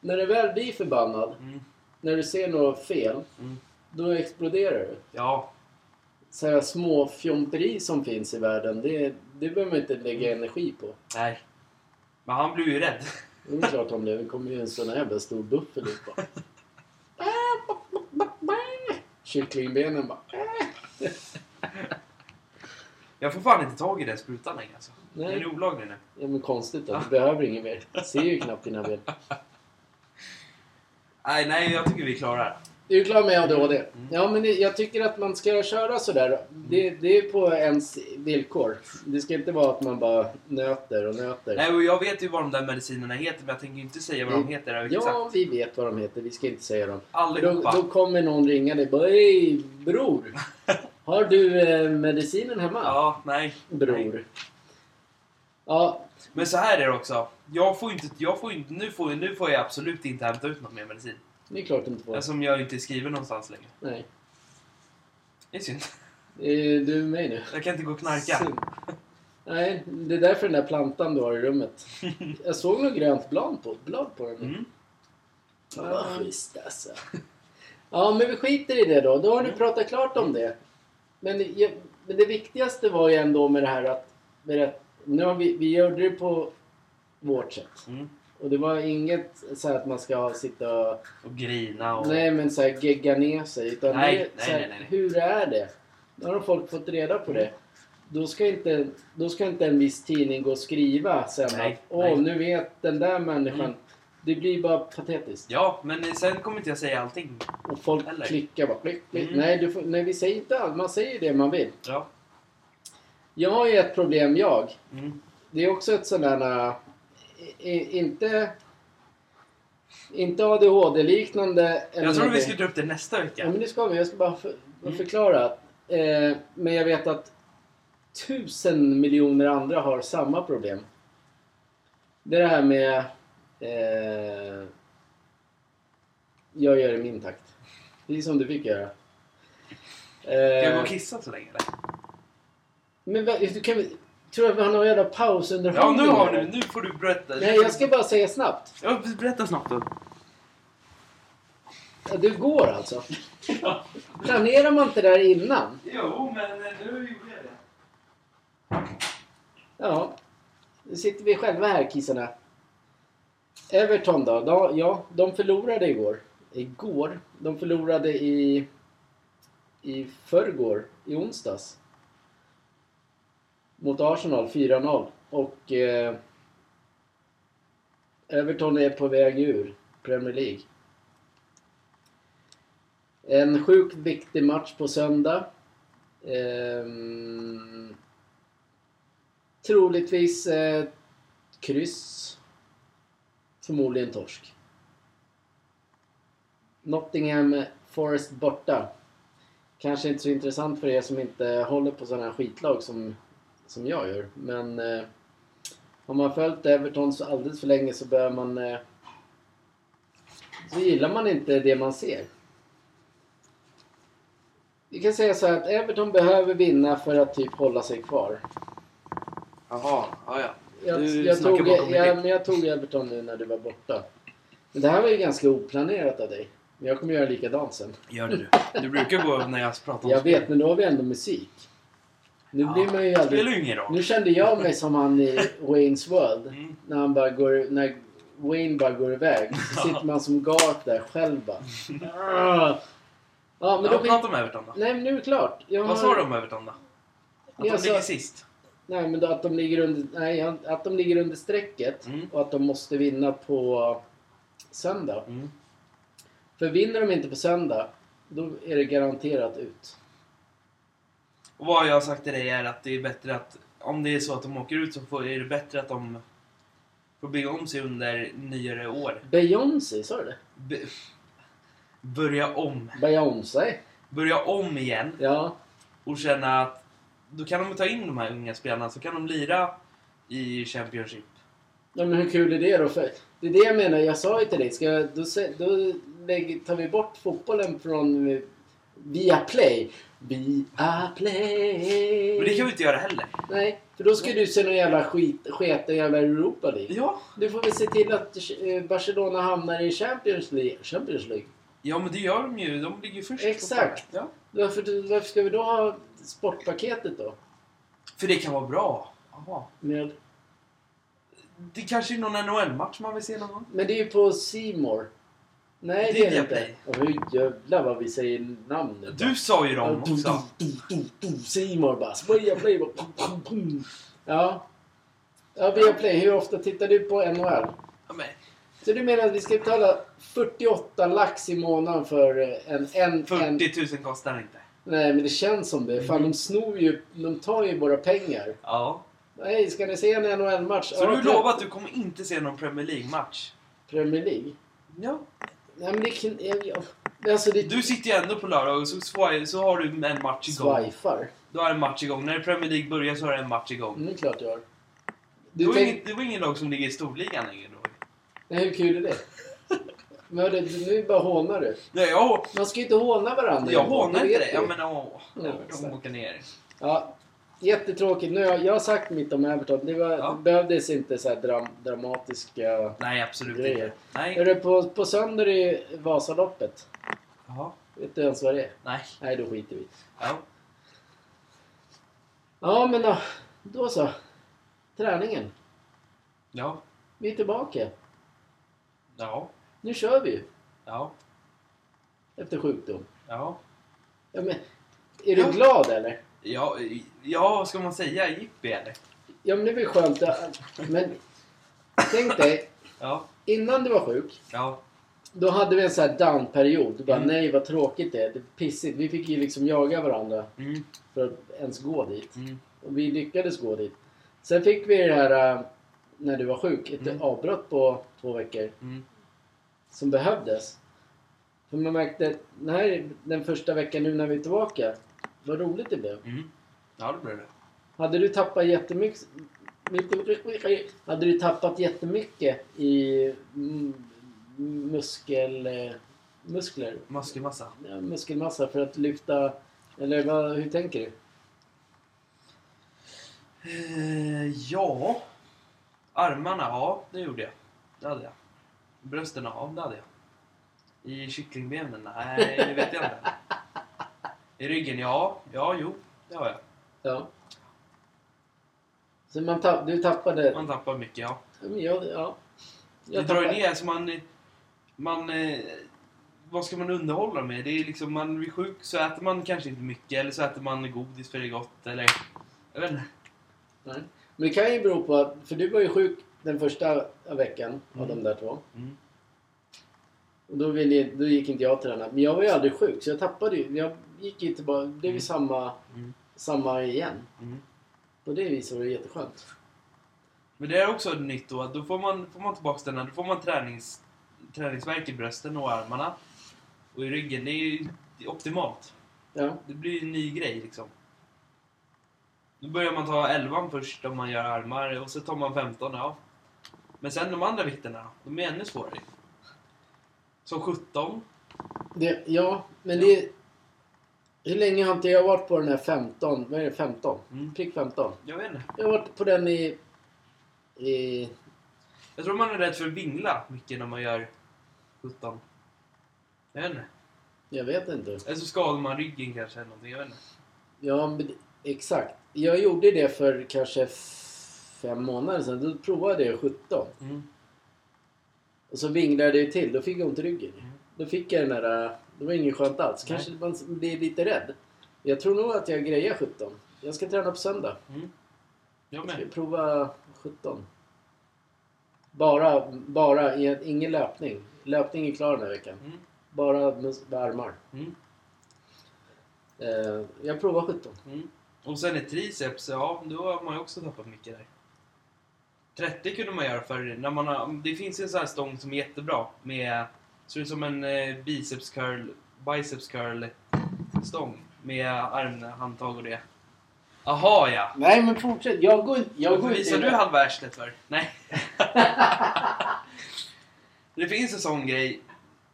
när du väl blir förbannad, Mm. när du ser något fel, Mm. då exploderar du. Ja, Så här små fjomperi som finns i världen, det, det behöver man inte lägga energi på. nej. Men han blev ju rädd. Det är klart om det, det kommer ju en sån här jävla stor buffel ut bara. Kycklingbenen bara... Jag får fan inte tag i den sprutan längre alltså. Nej. Den är olaglig nu. Ja men konstigt då, du behöver inget mer. Jag ser ju knappt dina ben. Nej, nej, jag tycker vi klarar. Du är klar med ADHD? Mm. Ja, men det, jag tycker att man ska köra sådär. Det, det är på ens villkor. Det ska inte vara att man bara nöter och nöter. Nej, och jag vet ju vad de där medicinerna heter, men jag tänker ju inte säga vad de heter. Mm. ja, Exakt. vi vet vad de heter. Vi ska inte säga dem. Då, Allihopa. då kommer någon ringa dig och bara Hej bror! Har du eh, medicinen hemma? Ja, nej. nej. Bror. Ja, Men så här är det också. Jag får ju inte, jag får ju inte, nu får, nu får jag absolut inte hämta ut någon mer medicin. det är klart du inte får. Eftersom jag inte skriver någonstans längre. Nej. Det är synd. Eh, Du är med nu. Jag kan inte gå och knarka. Synd. Nej, det är därför den där plantan du har i rummet. Jag såg något grönt blad på, blad på den. nu. Mm. Fan, vad schysst alltså. Ja, men vi skiter i det då. Då Mm. har du pratat klart om det. Men, jag- men det viktigaste var ju ändå med det här att... berätt- nu har vi, vi gjorde det på vårt sätt. Mm. Och det var inget så här att man ska sitta och... Och grina och... Nej, men så här gegga ner sig. Utan Nej, det, är nej, så här, nej, nej, nej. Hur är det? Nu har folk fått reda på det. Då ska, inte, då ska inte en viss tidning gå och skriva sen Nej, att åh, nej. nu vet den där människan. Mm. Det blir bara patetiskt. Ja, men sen kommer inte jag säga allting. Och folk Eller? klickar bara. Klick, klick. Mm. Nej, du får, nej, vi säger inte allt. Man säger det man vill. Ja. Jag har ju ett problem jag. Mm. Det är också ett sånt där... äh, i- i- Inte... Inte ADHD-liknande. Jag tror vi ska ta upp det nästa Ja, vecka. men det ska vi. Jag ska bara för, Mm. bara förklara. att, Eh, men jag vet att tusen miljoner andra har samma problem. Det är det här med... Eh, jag gör i min takt. Det är som du fick göra. Ska jag gå Eh, och kissa så länge eller? men va- du kan väl... Tror du att vi har någon jävla Ja, pausunderhållning? nu har här? du. Nu får du berätta. Nej, jag ska bara säga snabbt. Ja, berätta snabbt då. Ja, Du går alltså. Planerar man inte det här innan? Jo, men eh, nu gjorde jag det. Ja. Nu sitter vi själva här kissarna. Everton då? Da, ja, de förlorade igår. Igår? De förlorade i... I förrgår, i onsdags. Mot Arsenal, 4-0. Och... Eh, Everton är på väg ur Premier League. En sjukt viktig match på söndag. Ehm, Troligtvis eh, kryss. Förmodligen torsk. Nottingham Forest borta. Kanske inte så intressant för er som inte håller på sådana här skitlag som, som jag gör. Men eh, om man har följt Everton så alldeles för länge så börjar man... Eh, så gillar man inte det man ser. Vi kan säga så här att Everton behöver vinna för att typ hålla sig kvar. Jaha, ja ja. Jag, Du jag, snackar tog, bakom ditt jag, rygg. men jag tog Everton nu när du var borta. Men det här var ju ganska oplanerat av dig. Men jag kommer göra likadant sen. Gör det du. Du brukar gå när jag pratar om Jag spel. vet, men då har vi ändå musik. Nu Ja, blir man ju Det spelar aldrig... ju ingen roll. Nu kände jag mig som han i Wayne's World. Mm. När, han bara går, när Wayne bara går iväg. Så sitter man som gart där själv bara. Ja, men Ja, då... Vi... prata om Everton då. Nej, men nu är det klart. Jag Vad sa har- du om Everton då? Att Jag de sa- ligger sist? Nej, men då att de ligger under, nej, att de ligger under strecket Mm. och att de måste vinna på söndag. Mm. För vinner de inte på söndag, då är det garanterat ut. Och vad jag har sagt till dig är att det är bättre att om det är så att de åker ut så får, är det bättre att de får bygga om sig under nyare år. Beyoncé, sa du det? B- börja om. Beyoncé? Börja om igen Ja. och känna att då kan de ta in de här unga spelarna så kan de lira i Championship. ja. men hur kul är det då? För det är det jag menar, jag sa ju till dig, ska jag, då, se- då lägger, tar vi bort fotbollen från eh, Viaplay. Viaplay. Men det kan vi inte göra heller. Nej, för då ska du se någon jävla skit, sketen jävla Europa League. Ja, Du får väl se till att eh, Barcelona hamnar i Champions League. Champions League. ja men det gör de ju. De ligger först. Exakt. Ja. Varför, varför ska vi då ha sportpaketet då? För det kan vara bra. Aha. Med, Det kanske är någon NHL-match man vill se någon gång. men det är ju på Seymour. Nej, Det det, är är det inte. Viaplay. Och hur jävlar vad vi säger namn nu. Du sa ju dem bara. Du, också. du, du, du, du, Seymour bara. Så börjar play bara. pum, pum, pum. Ja. Ja, Viaplay. Hur ofta tittar du på NHL? Ja, men, Så du menar att vi ska betala 48 lax i månaden för eh, en... en, en 40 000 kostar inte. Nej, men det känns som det. Fan, Mm. de snor ju... De tar ju våra pengar. Ja. Nej, ska ni se en NHL-match? Så Ja, du klart. lovar att du kommer inte se någon Premier League-match? Premier League? Ja. Nej, men det kan... jag- jag- men Alltså, det... Du sitter ju ändå på lördag och så, swaj- så har du en match igång. Swifar. Du har en match igång. När Premier League börjar så har du en match igång. Mm, det är klart jag har. Du Du var tänk... inget, det var ingen lag som ligger i storligan längre då. Nej, hur kul är det? Men hörru, nu bara hånar du. Nej, jag, Man ska ju inte håna varandra. jag Jakob, hånar det vet inte dig. du. Jag menar, åh. Ja, De exakt. åker ner. Ja, jättetråkigt. Nu, har jag, jag har sagt mitt om Everton. Det, var, Ja. det behövdes inte så här dram, dramatiska... Nej, absolut Grejer. inte. Nej. Hörru, på, på söndag är det ju Vasaloppet. Jaha. Vet du ens vad det är? Nej. Nej, då skiter vi Ja. Ja, men då, då så. Träningen. Ja. Vi är tillbaka. Ja. Nu kör vi ju. Ja. Efter sjukdom. Ja. Ja, men, är Ja. du glad eller? Ja, ja, vad ska man säga? Jippi eller? Ja, men det är väl skönt. att- Men tänk dig, Ja. innan du var sjuk, Ja. då hade vi en sån här down-period. Du bara, Mm. nej vad tråkigt det är. Det är pissigt. Vi fick ju liksom jaga varandra Mm. för att ens gå dit. Mm. Och vi lyckades gå dit. Sen fick vi det här, äh, när du var sjuk, ett Mm. avbrott på två veckor. Mm. som behövdes. För man märkte att den, här, den första veckan nu när vi är tillbaka, vad roligt det blev. Mm. Ja, det blir det. Hade du tappat jättemycket mycket- hade du tappat jättemycket i mm, muskel, eh, muskler, Muskelmassa. ja, muskelmassa för att lyfta? Eller vad, hur tänker du? Eh, ja. Armarna, ja. Det gjorde jag. Det hade jag. Brösten, ja. Det hade jag. I kycklingbenen? Nej, det vet jag inte. I ryggen? Ja. Ja, jo. Det har jag. Ja. Så man tapp, du tappade... Man tappar mycket, ja. Ja, men jag, ja. Det Jag drar ju tappade- ner så man... Man... eh, Vad ska man underhålla med? Det är liksom, man blir sjuk så äter man kanske inte mycket eller så äter man godis för det är gott eller... Jag vet inte. Nej. Men det kan ju bero på att, för du var ju sjuk den första veckan av Mm. de där två. Mm. Och då, ville, då gick inte jag och tränade. Men jag var ju aldrig sjuk så jag tappade ju. Jag gick ju tillbaka, det blev ju Mm. samma, Mm. samma igen. Mm. På det viset var det jätteskönt. Men det är också nytt då, att då får man, får man tillbaka den här, då får man tränings, träningsvärk i brösten och armarna. Och i ryggen, det är ju det är optimalt. Ja. Det blir ju en ny grej liksom. Då börjar man ta 11 först om man gör armar och så tar man 15, ja. Men sen de andra vikterna, de är ännu svårare. Som 17. Det, ja, men det... Hur länge har inte jag varit på den här 15? Vad är det? 15? Mm. Prick 15. Jag vet inte. Jag har varit på den i... i Jag tror man är rädd för att vingla mycket när man gör 17. Jag vet inte. jag vet inte. Eller så skadar man ryggen kanske eller någonting. Jag vet inte. Ja, men, exakt. Jag gjorde det för kanske f- fem månader sedan. Då provade jag 17. Mm. Och så vinglade det till. Då fick jag ont i ryggen. Mm. Då fick jag den där... Det var inget skönt alls. Kanske man blir lite rädd. Jag tror nog att jag grejer 17. Jag ska träna på söndag. Mm. Jag Jag ska med. prova 17. Bara, bara, i- ingen löpning. Löpning är klar den här veckan. Mm. Bara med med armar. Mm. Eh, jag provar 17. Mm. Och sen är triceps, ja då har man ju också tappat mycket där. 30 kunde man göra förr. När man har, det finns ju en sån här stång som är jättebra. Med, ser ut som en eh, biceps curl, biceps curl stång. Med armhandtag och det. Aha ja! Nej men fortsätt. Jag går inte... Jag Varför går visar inte du halva arslet för? Nej. det finns en sån grej.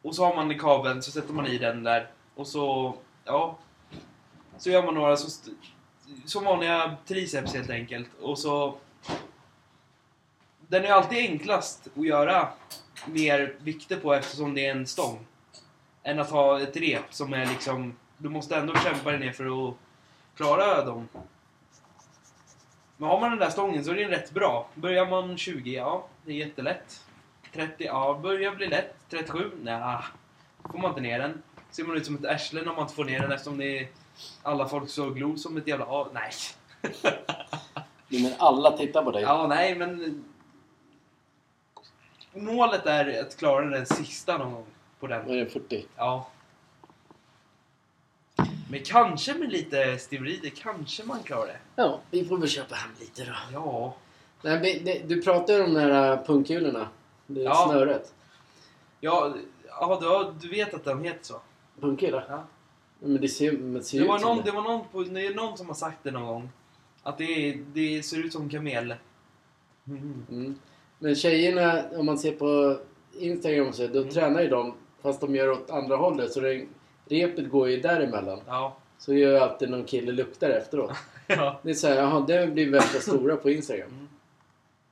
Och så har man i kabeln, så sätter man i den där. Och så, ja. Så gör man några så st- som vanliga triceps helt enkelt. Och så... Den är alltid enklast att göra mer vikter på eftersom det är en stång. Än att ha ett rep som är liksom... Du måste ändå kämpa dig ner för att klara dem. Men har man den där stången så är den rätt bra. Börjar man 20, ja, det är jättelätt. 30, ja, börjar bli lätt. 37, nja, får man inte ner den. Ser man ut som ett arsle när man inte får ner den eftersom det är alla folk så glor som ett jävla... Ja, nej. Jo, men alla tittar på dig. Ja, nej, men... Målet är att klara den sista någon gång på den. Vad är det? 40? Ja. Men kanske med lite steroider, kanske man klarar det. Ja, vi får väl köpa hem lite då. Ja. Nej, men, det, du pratar ju om de här punkkulorna. Det är Ja. snöret. Ja, ja du, har- du vet att den heter så? Punkkula? Ja. Men det ser, men det ser Det ju var, ut som någon, det var någon, på, det är någon som har sagt det någon gång. Att det, är- det ser ut som kamel. Mm. Mm. Men tjejerna, om man ser på Instagram och så, då Mm. tränar ju de fast de gör åt andra hållet så det, repet går ju däremellan. Ja. Så gör ju alltid någon kille luktar efteråt. ja. Det är såhär, jaha, det blir värsta stora på Instagram. Mm.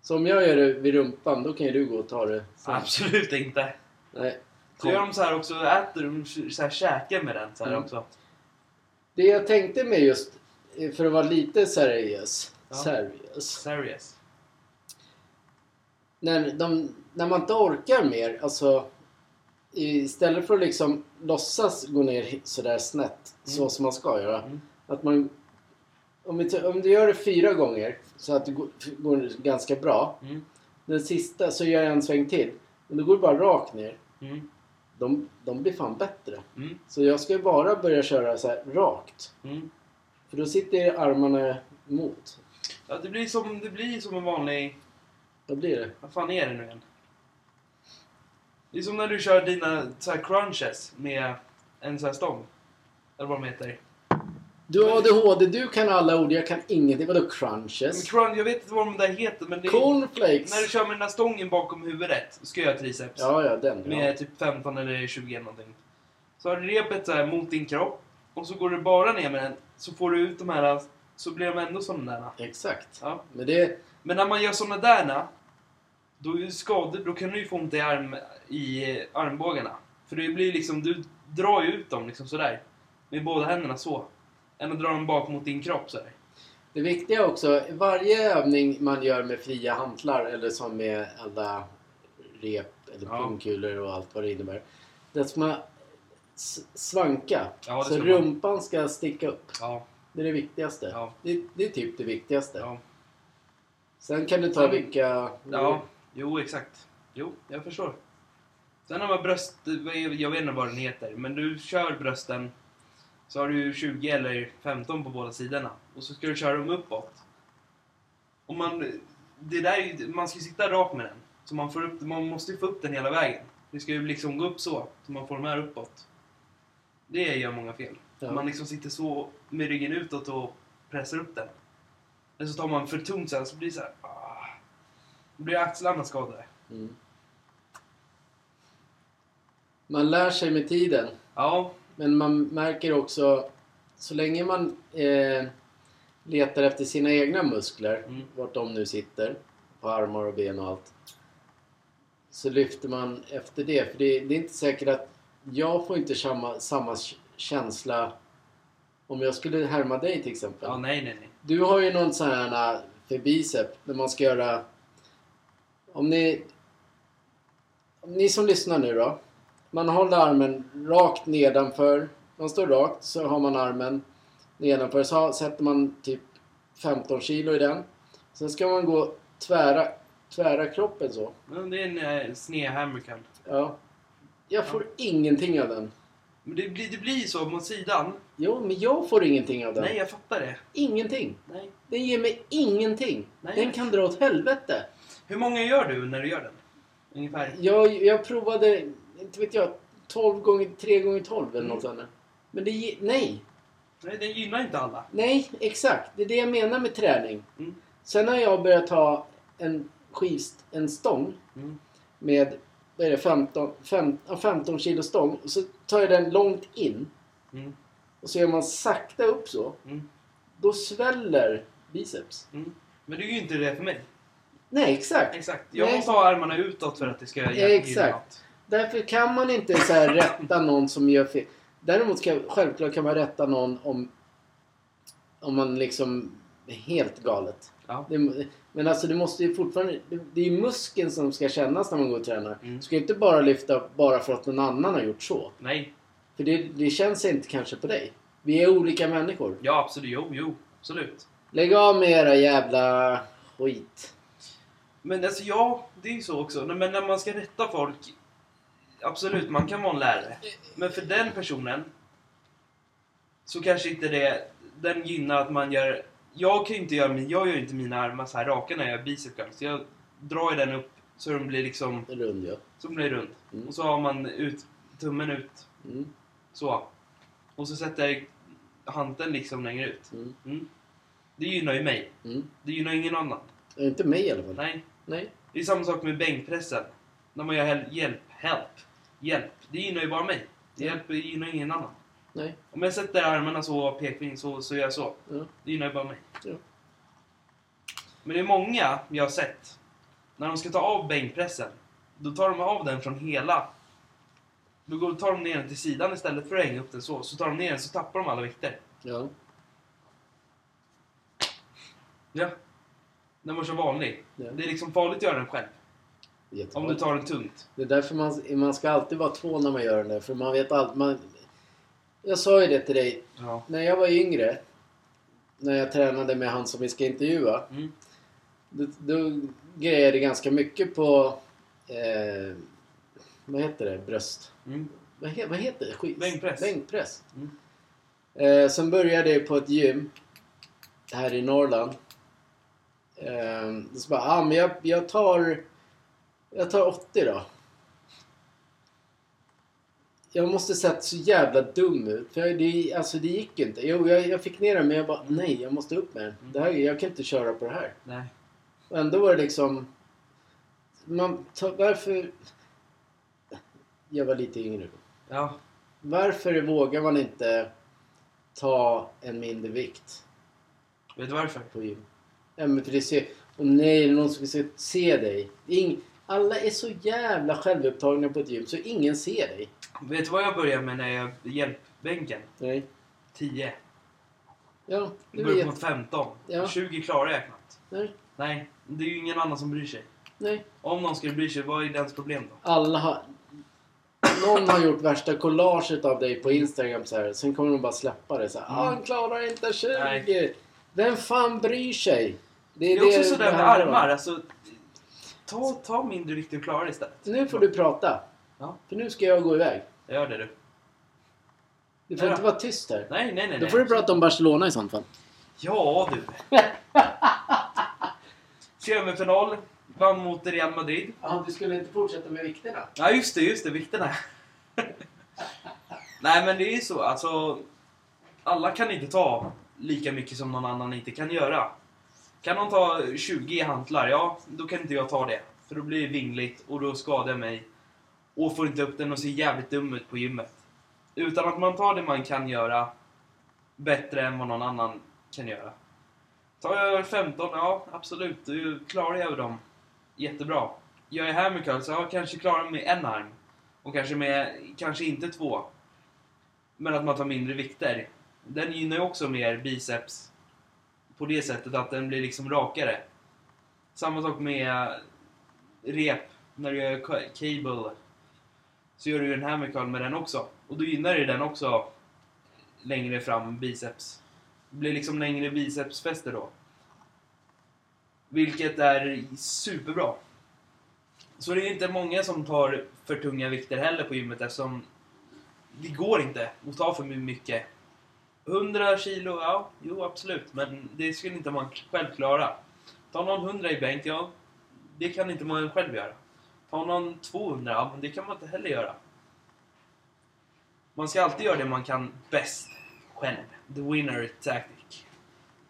Så om jag gör det vid rumpan, då kan ju du gå och ta det sen. Absolut inte. Nej. Så gör de så här också, äter de så här käkar med den så här Mm. också. Det jag tänkte med just, eh, för att vara lite seriös. Ja. Seriös. Serious. När, de, när man inte orkar mer, alltså istället för att liksom låtsas gå ner sådär snett, så Mm. som man ska göra. Mm. Att man, om, vi, tar- om du gör det fyra gånger så att det går, går ganska bra. Mm. Den sista så gör jag en sväng till. Men då går det bara rakt ner. Mm. De, de blir fan bättre. Mm. Så jag ska ju bara börja köra så här rakt. Mm. För då sitter armarna mot. Ja, det blir som, det blir som en vanlig... Då blir det. Vad fan är det nu igen? Det är som när du kör dina så här crunches med en sån här stång. Eller vad de heter. Du har ADHD, du kan alla ord, jag kan ingenting. Vadå Men crunches? crunch, jag vet inte vad de där heter men det är... Cornflakes! När du kör med den där stången bakom huvudet ska jag göra triceps. Ja, ja, den. Med Ja. typ 15 eller 20 eller någonting. Så har du repet så här mot din kropp. Och så går du bara ner med den. Så får du ut de här. Så blir de ändå sådana där. Exakt. Ja. Men det... Men när man gör sådana där. Då är ju skador. Då kan du ju få ont i, arm, i eh, armbågarna. För det blir liksom. Du drar ju ut dem liksom sådär. Med båda händerna så. Än att dra dem bak mot din kropp sådär. Det viktiga också, varje övning man gör med fria hantlar eller som med alla rep eller Ja. pungkulor och allt vad det innebär. Det ska man s- svanka. Ja, det så ska man. rumpan ska sticka upp. Ja. Det är det viktigaste. Ja. Det, det är typ det viktigaste. Ja. Sen kan du ta Sen- vilka... Ja, jo exakt. Jo, jag förstår. Sen har man bröst... Jag vet inte vad den heter, men du kör brösten. Så har du 20 eller 15 på båda sidorna. Och så ska du köra dem uppåt. Och man... Det där, är ju- man ska ju sitta rakt med den. Så man, får upp, man måste ju få upp den hela vägen. Det ska ju liksom gå upp så, så man får de här uppåt. Det gör många fel. Ja. Man liksom sitter så med ryggen utåt och pressar upp den. Eller så tar man för tungt sen så blir det så här. Ah, då blir axlarna skadade. Mm. Man lär sig med tiden. Ja, Men man märker också så länge man eh, letar efter sina egna muskler, Mm. vart de nu sitter, på armar och ben och allt, så lyfter man efter det. För det, det är inte säkert att jag får inte samma, samma k- känsla om jag skulle härma dig till exempel. Ja, nej, nej, nej. Du har ju någon sån här äh, för bicep när man ska göra... Om ni... Om ni som lyssnar nu då. Man håller armen rakt nedanför. Man står rakt så har man armen nedanför. Så har- sätter man typ 15 kilo i den. Sen ska man gå tvära, tvära kroppen så. Men det är en eh, sned hammercall. Ja. Jag får ingenting av den. Men det blir, det blir så mot sidan. Jo, men jag får ingenting av den. Nej, jag fattar det. Ingenting. Nej. Den ger mig ingenting. Nej. Den kan dra åt helvete. Hur många gör du när du gör den? Ungefär? Jag, jag provade, inte vet jag, 12 gånger, 3 gånger 12 eller något Mm. sånt där. Men det ge- nej. Nej, den gynnar inte alla. Nej, exakt. Det är det jag menar med träning. Mm. Sen har jag börjat ta en skivst, en stång Mm. med, vad är det, 15, fem, ja, 15 kilo stång. Och så tar jag den långt in Mm. och så gör man sakta upp så. Mm. Då sväller biceps. Mm. Men det är ju inte det för mig. Nej, exakt. Exakt. Jag Nej. måste ha armarna utåt för att det ska gynna Exakt. allt. Därför kan man inte så här rätta någon som gör fel. Däremot ska, självklart kan man rätta någon om, om man liksom är helt galet. Ja. Det, men alltså det måste ju fortfarande... Det, det är ju muskeln som ska kännas när man går och tränar. Mm. Du ska ju inte bara lyfta bara för att någon annan har gjort så. Nej. För det, det känns inte kanske på dig. Vi är olika människor. Ja, absolut. Jo, jo. Absolut. Lägg av med era jävla skit. Men alltså, ja. Det är ju så också. Nej, Men när man ska rätta folk. Absolut, man kan vara en lärare. Men för den personen. Så kanske inte det. Den gynnar att man gör. Jag kan ju inte göra min, jag gör ju inte mina armar så här raka när jag gör bicep curls. Jag drar ju den upp så den blir liksom, Rund ja. så den blir rund. Mm. Och så har man ut, tummen ut Mm, Så. Och så sätter jag hanteln liksom längre ut. mm, Mm. Det gynnar ju mig. mm. Det gynnar ingen annan. Inte mig i alla fall. Nej. Nej. Det är samma sak med bänkpressen. När man gör hel- hjälp, help, hjälp. Det gynnar ju bara mig. Det hjälper, det gynnar ingen annan. Nej. Om jag sätter armarna så och pekfingret så, så gör jag så. Ja. Det gynnar ju bara mig. Ja. Men det är många jag har sett. När de ska ta av bänkpressen. Då tar de av den från hela. Då går- tar de ner den till sidan istället för att hänga upp den så. Så tar de ner den så tappar de alla vikter. Ja. Ja. När man kör vanlig. Ja. Det är liksom farligt att göra den själv. Jättebra. Om du tar den tungt. Det är därför man, man ska alltid vara två när man gör den där, för man vet allt. Man, jag sa ju det till dig, Ja. när jag var yngre, när jag tränade med han som vi ska intervjua, Mm. då, då grejade det ganska mycket på, eh, vad heter det, bröst? Mm. Vad, he, vad heter det? Skit. Bänkpress. Bänkpress. Mm. Eh, sen började jag på ett gym här i Norrland. Eh, så bara, ah, men jag, jag tar jag tar 80 då. Jag måste sett så jävla dum ut. För jag- det, alltså det gick ju inte. Jo, jag, jag fick ner den men jag bara, nej jag måste upp med den. Det här, jag kan inte köra på det här. Nej. Och ändå var det liksom... Man, ta, varför... Jag var lite yngre då. Ja. Varför vågar man inte ta en mindre vikt Vet du varför? på gym? Ja, men för det ser... Och nej, det är någon som ska se dig. Ing, alla är så jävla självupptagna på ett gym så ingen ser dig. Vet du vad jag började med när jag hjälpbänken? Nej. 10. Ja, Det du började vet. mot 15. Ja. 20 klarar jag knappt. Nej, Nej. Det är ju ingen annan som bryr sig. nej. Om någon skulle bry sig, vad är dens problem då? Alla har... Någon har gjort värsta collaget av dig på Instagram så här. Sen kommer de bara släppa det så här. Mm. Ah, han klarar inte 20! Nej. Vem fan bryr sig? Det är, också sådär med handlar om. armar. Alltså, ta, ta mindre vikter och klara det istället. Nu får du prata. Ja. För nu ska jag gå iväg. Jag gör det du. Du får Ja. inte vara tyst här. Nej, nej, nej. Då nej. får du prata om Barcelona i sånt fall. Ja du. Semifinal. Vann mot Real Madrid. Ja, du skulle inte fortsätta med vikterna. Ja, just det, just det. Vikterna. Nej, men det är ju så. Alltså, alla kan inte ta lika mycket som någon annan inte kan göra. Kan någon ta 20 hantlar, ja, då kan inte jag ta det. För då blir det vingligt och då skadar jag mig. Och får inte upp den och ser jävligt dum ut på gymmet. Utan att man tar det man kan göra bättre än vad någon annan kan göra. Tar jag över 15? Ja, absolut. Du klarar jag över dem. Jättebra. Gör jag Hammercurl så jag kanske klarar mig med en arm. Och kanske med, kanske inte två. Men att man tar mindre vikter. Den gynnar ju också mer biceps. På det sättet att den blir liksom rakare. Samma sak med rep. När du gör ca- cable. Så gör du ju en hammercurl med den också. Och då gynnar det den också längre fram biceps. Det blir liksom längre bicepsfäste då. Vilket är superbra. Så det är inte många som tar för tunga vikter heller på gymmet eftersom det går inte att ta för mycket. 100 kilo, ja, jo absolut, men det skulle inte man själv klara. Ta någon 100 i bänk, ja, det kan inte man själv göra. Ta någon 200, ja, men det kan man inte heller göra. Man ska alltid göra det man kan bäst själv. The winner tactic.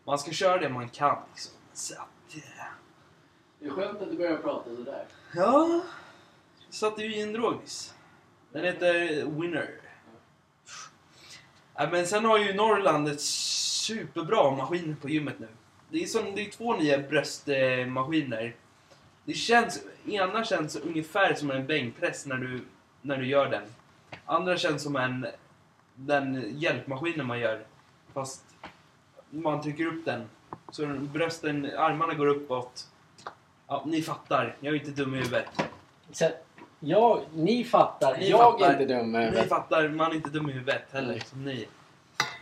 Man ska köra det man kan liksom. Så att, eh, Det är skönt att du börjar prata sådär. Ja, satte ju i en drogis. Den heter Winner. Ja, men sen har ju Norrland ett superbra maskiner på gymmet nu. Det är, som, det är två nya bröstmaskiner. Det känns, ena känns ungefär som en bänkpress när du, när du gör den. Andra känns som en, den hjälpmaskinen man gör. Fast man trycker upp den. Så brösten, armarna går uppåt. Ja, ni fattar. Jag är inte dum i huvudet. Så, ja, ni fattar. Ni jag fattar. är inte dum med Ni huvudet. fattar, man är inte dum i huvudet heller Nej. som ni.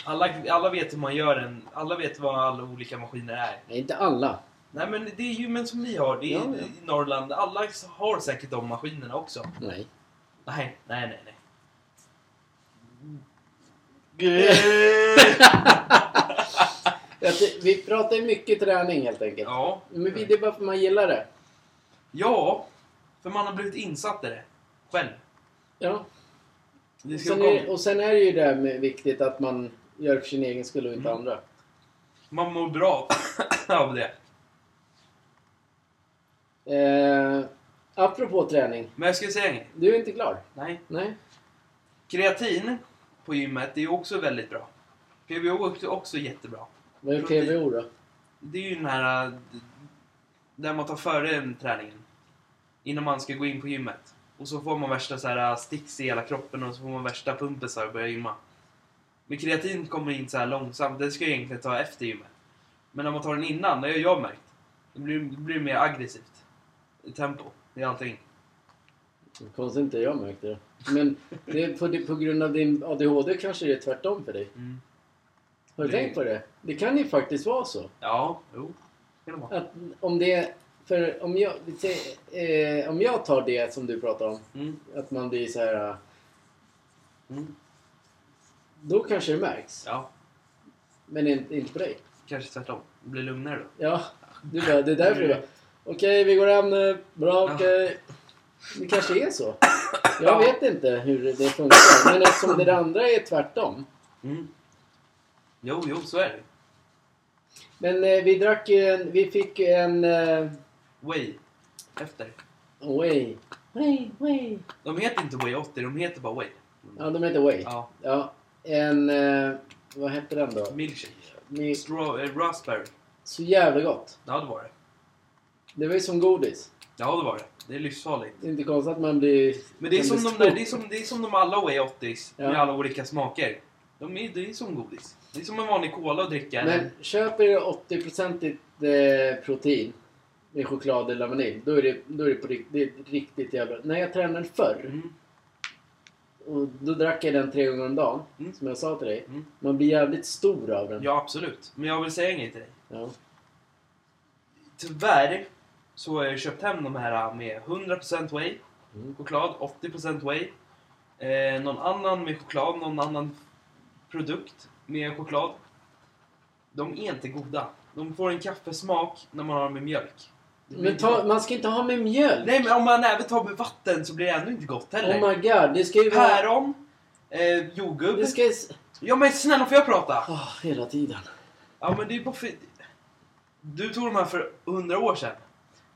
Alla, alla vet hur man gör en, alla vet vad alla olika maskiner är. Nej, inte alla. Nej men det är ju men som vi har, det är Ja, ja. i Norrland, alla har säkert de maskinerna också. Nej. Nej, nej, nej, nej. Eh. Att det- Vi pratar ju mycket träning helt enkelt. ja. Men vi- det är bara för att man gillar det. ja, för man har blivit insatt i det själv. Ja. Det ska Sen är, komma- och sen är det ju det här med viktigt att man gör för sin egen skull och inte Mm. andra. Man mår bra av det. Eh, apropå träning. Men jag ska säga en grej. Du är inte klar? Nej. Nej. Kreatin på gymmet, det är också väldigt bra. PVO är också jättebra. Vad är Protein. PVO då? Det är ju den här... eh, Där man tar före träningen. Innan man ska gå in på gymmet. Och så får man värsta så här eh, sticks i hela kroppen och så får man värsta pumpisar och börjar gymma. Men kreatin kommer in så här långsamt. Det ska jag egentligen ta efter gymmet. Men när man tar den innan, det har jag märkt. Det blir, det blir mer aggressivt. I tempo. Det är allting. Konstigt inte jag märkte det. Men det är på, det, på grund av din ADHD kanske det är tvärtom för dig. Mm. Har du Det- tänkt på det? Det kan ju faktiskt vara så. Ja, jo. Det kan det vara. Att om det är... För om jag, vi säger, eh, om jag tar det som du pratar om, Mm. att man blir så här... eh, Mm. Då kanske det märks. Ja, Men inte, inte på dig. kanske tvärtom. Det blir lugnare då. Ja, du bara, det är därför du bara, Okej, vi går hem nu. Bra, Ja. okej. Det kanske är så. Jag Ja. vet inte hur det funkar. Men eftersom det andra är tvärtom. Mm. Jo, jo, så är det. Men eh, vi drack ju en, vi fick ju en... Eh, Way. Efter. way. Way, way. De heter inte Way 80, de heter bara Way. Ja, de heter Way. Ja, Ja. En... Eh, vad hette den då? milkshake. Ni, Straw, eh, raspberry. så jävla gott. Ja, det var det. Det var ju som godis. Ja, det var det. Det är livsfarligt. Det är inte konstigt att man blir... Men det är som de stor. där, det är som, det är som de alla Way 80s. Ja. Med alla olika smaker. De är, det är som godis. Det är som en vanlig cola att dricka. Men eller- köper du 80% eh, protein med choklad eller vanilj, då är det, då är det på riktigt, det är riktigt jävla... När jag tränade förr, Mm. och då drack jag den tre gånger om dagen, Mm. som jag sa till dig. Mm. Man blir jävligt stor av den. Ja, absolut. Men jag vill säga en grej till dig. Ja. Tyvärr så har jag köpt hem de här med 100% Way. Mm. Choklad, 80% Way. Eh, någon annan med choklad, någon annan produkt med choklad. De är inte goda. De får en kaffesmak när man har dem med mjölk. Det blir Men inte ta, gott. man ska inte ha med mjölk! Nej men om man även tar med vatten så blir det ändå inte gott heller. Oh my god, det ska ju vara... Päron, eh, jordgubb. Det ska ju... s- Ja men snälla får jag prata? Åh, hela tiden. Ja men det är bara för... Du tog de här för hundra år sedan.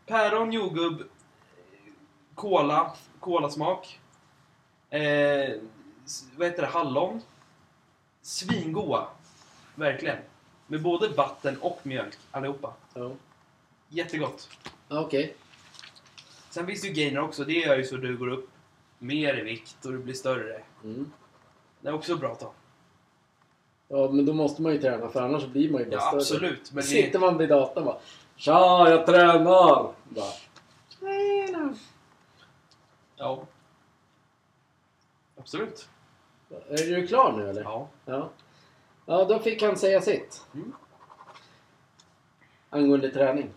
Päron, jordgubb, eh, cola, kolasmak. Eh, s- vad heter det? Hallon. Svingoa. Verkligen. Med både vatten och mjölk, allihopa. Ja. Jättegott. Ja, Okej. Sen finns det ju gainer också. Det gör ju så att du går upp mer i vikt och du blir större. Mm. Det är också bra att ta. Ja, men då måste man ju träna för annars blir man ju bara Ja, större. absolut. Men det, Sitter man vid datorn bara Tja, jag tränar! Bara, ja. Absolut. Är du klar nu eller? Ja. Ja. Ja, då fick han säga sitt. Mm. Angående träning.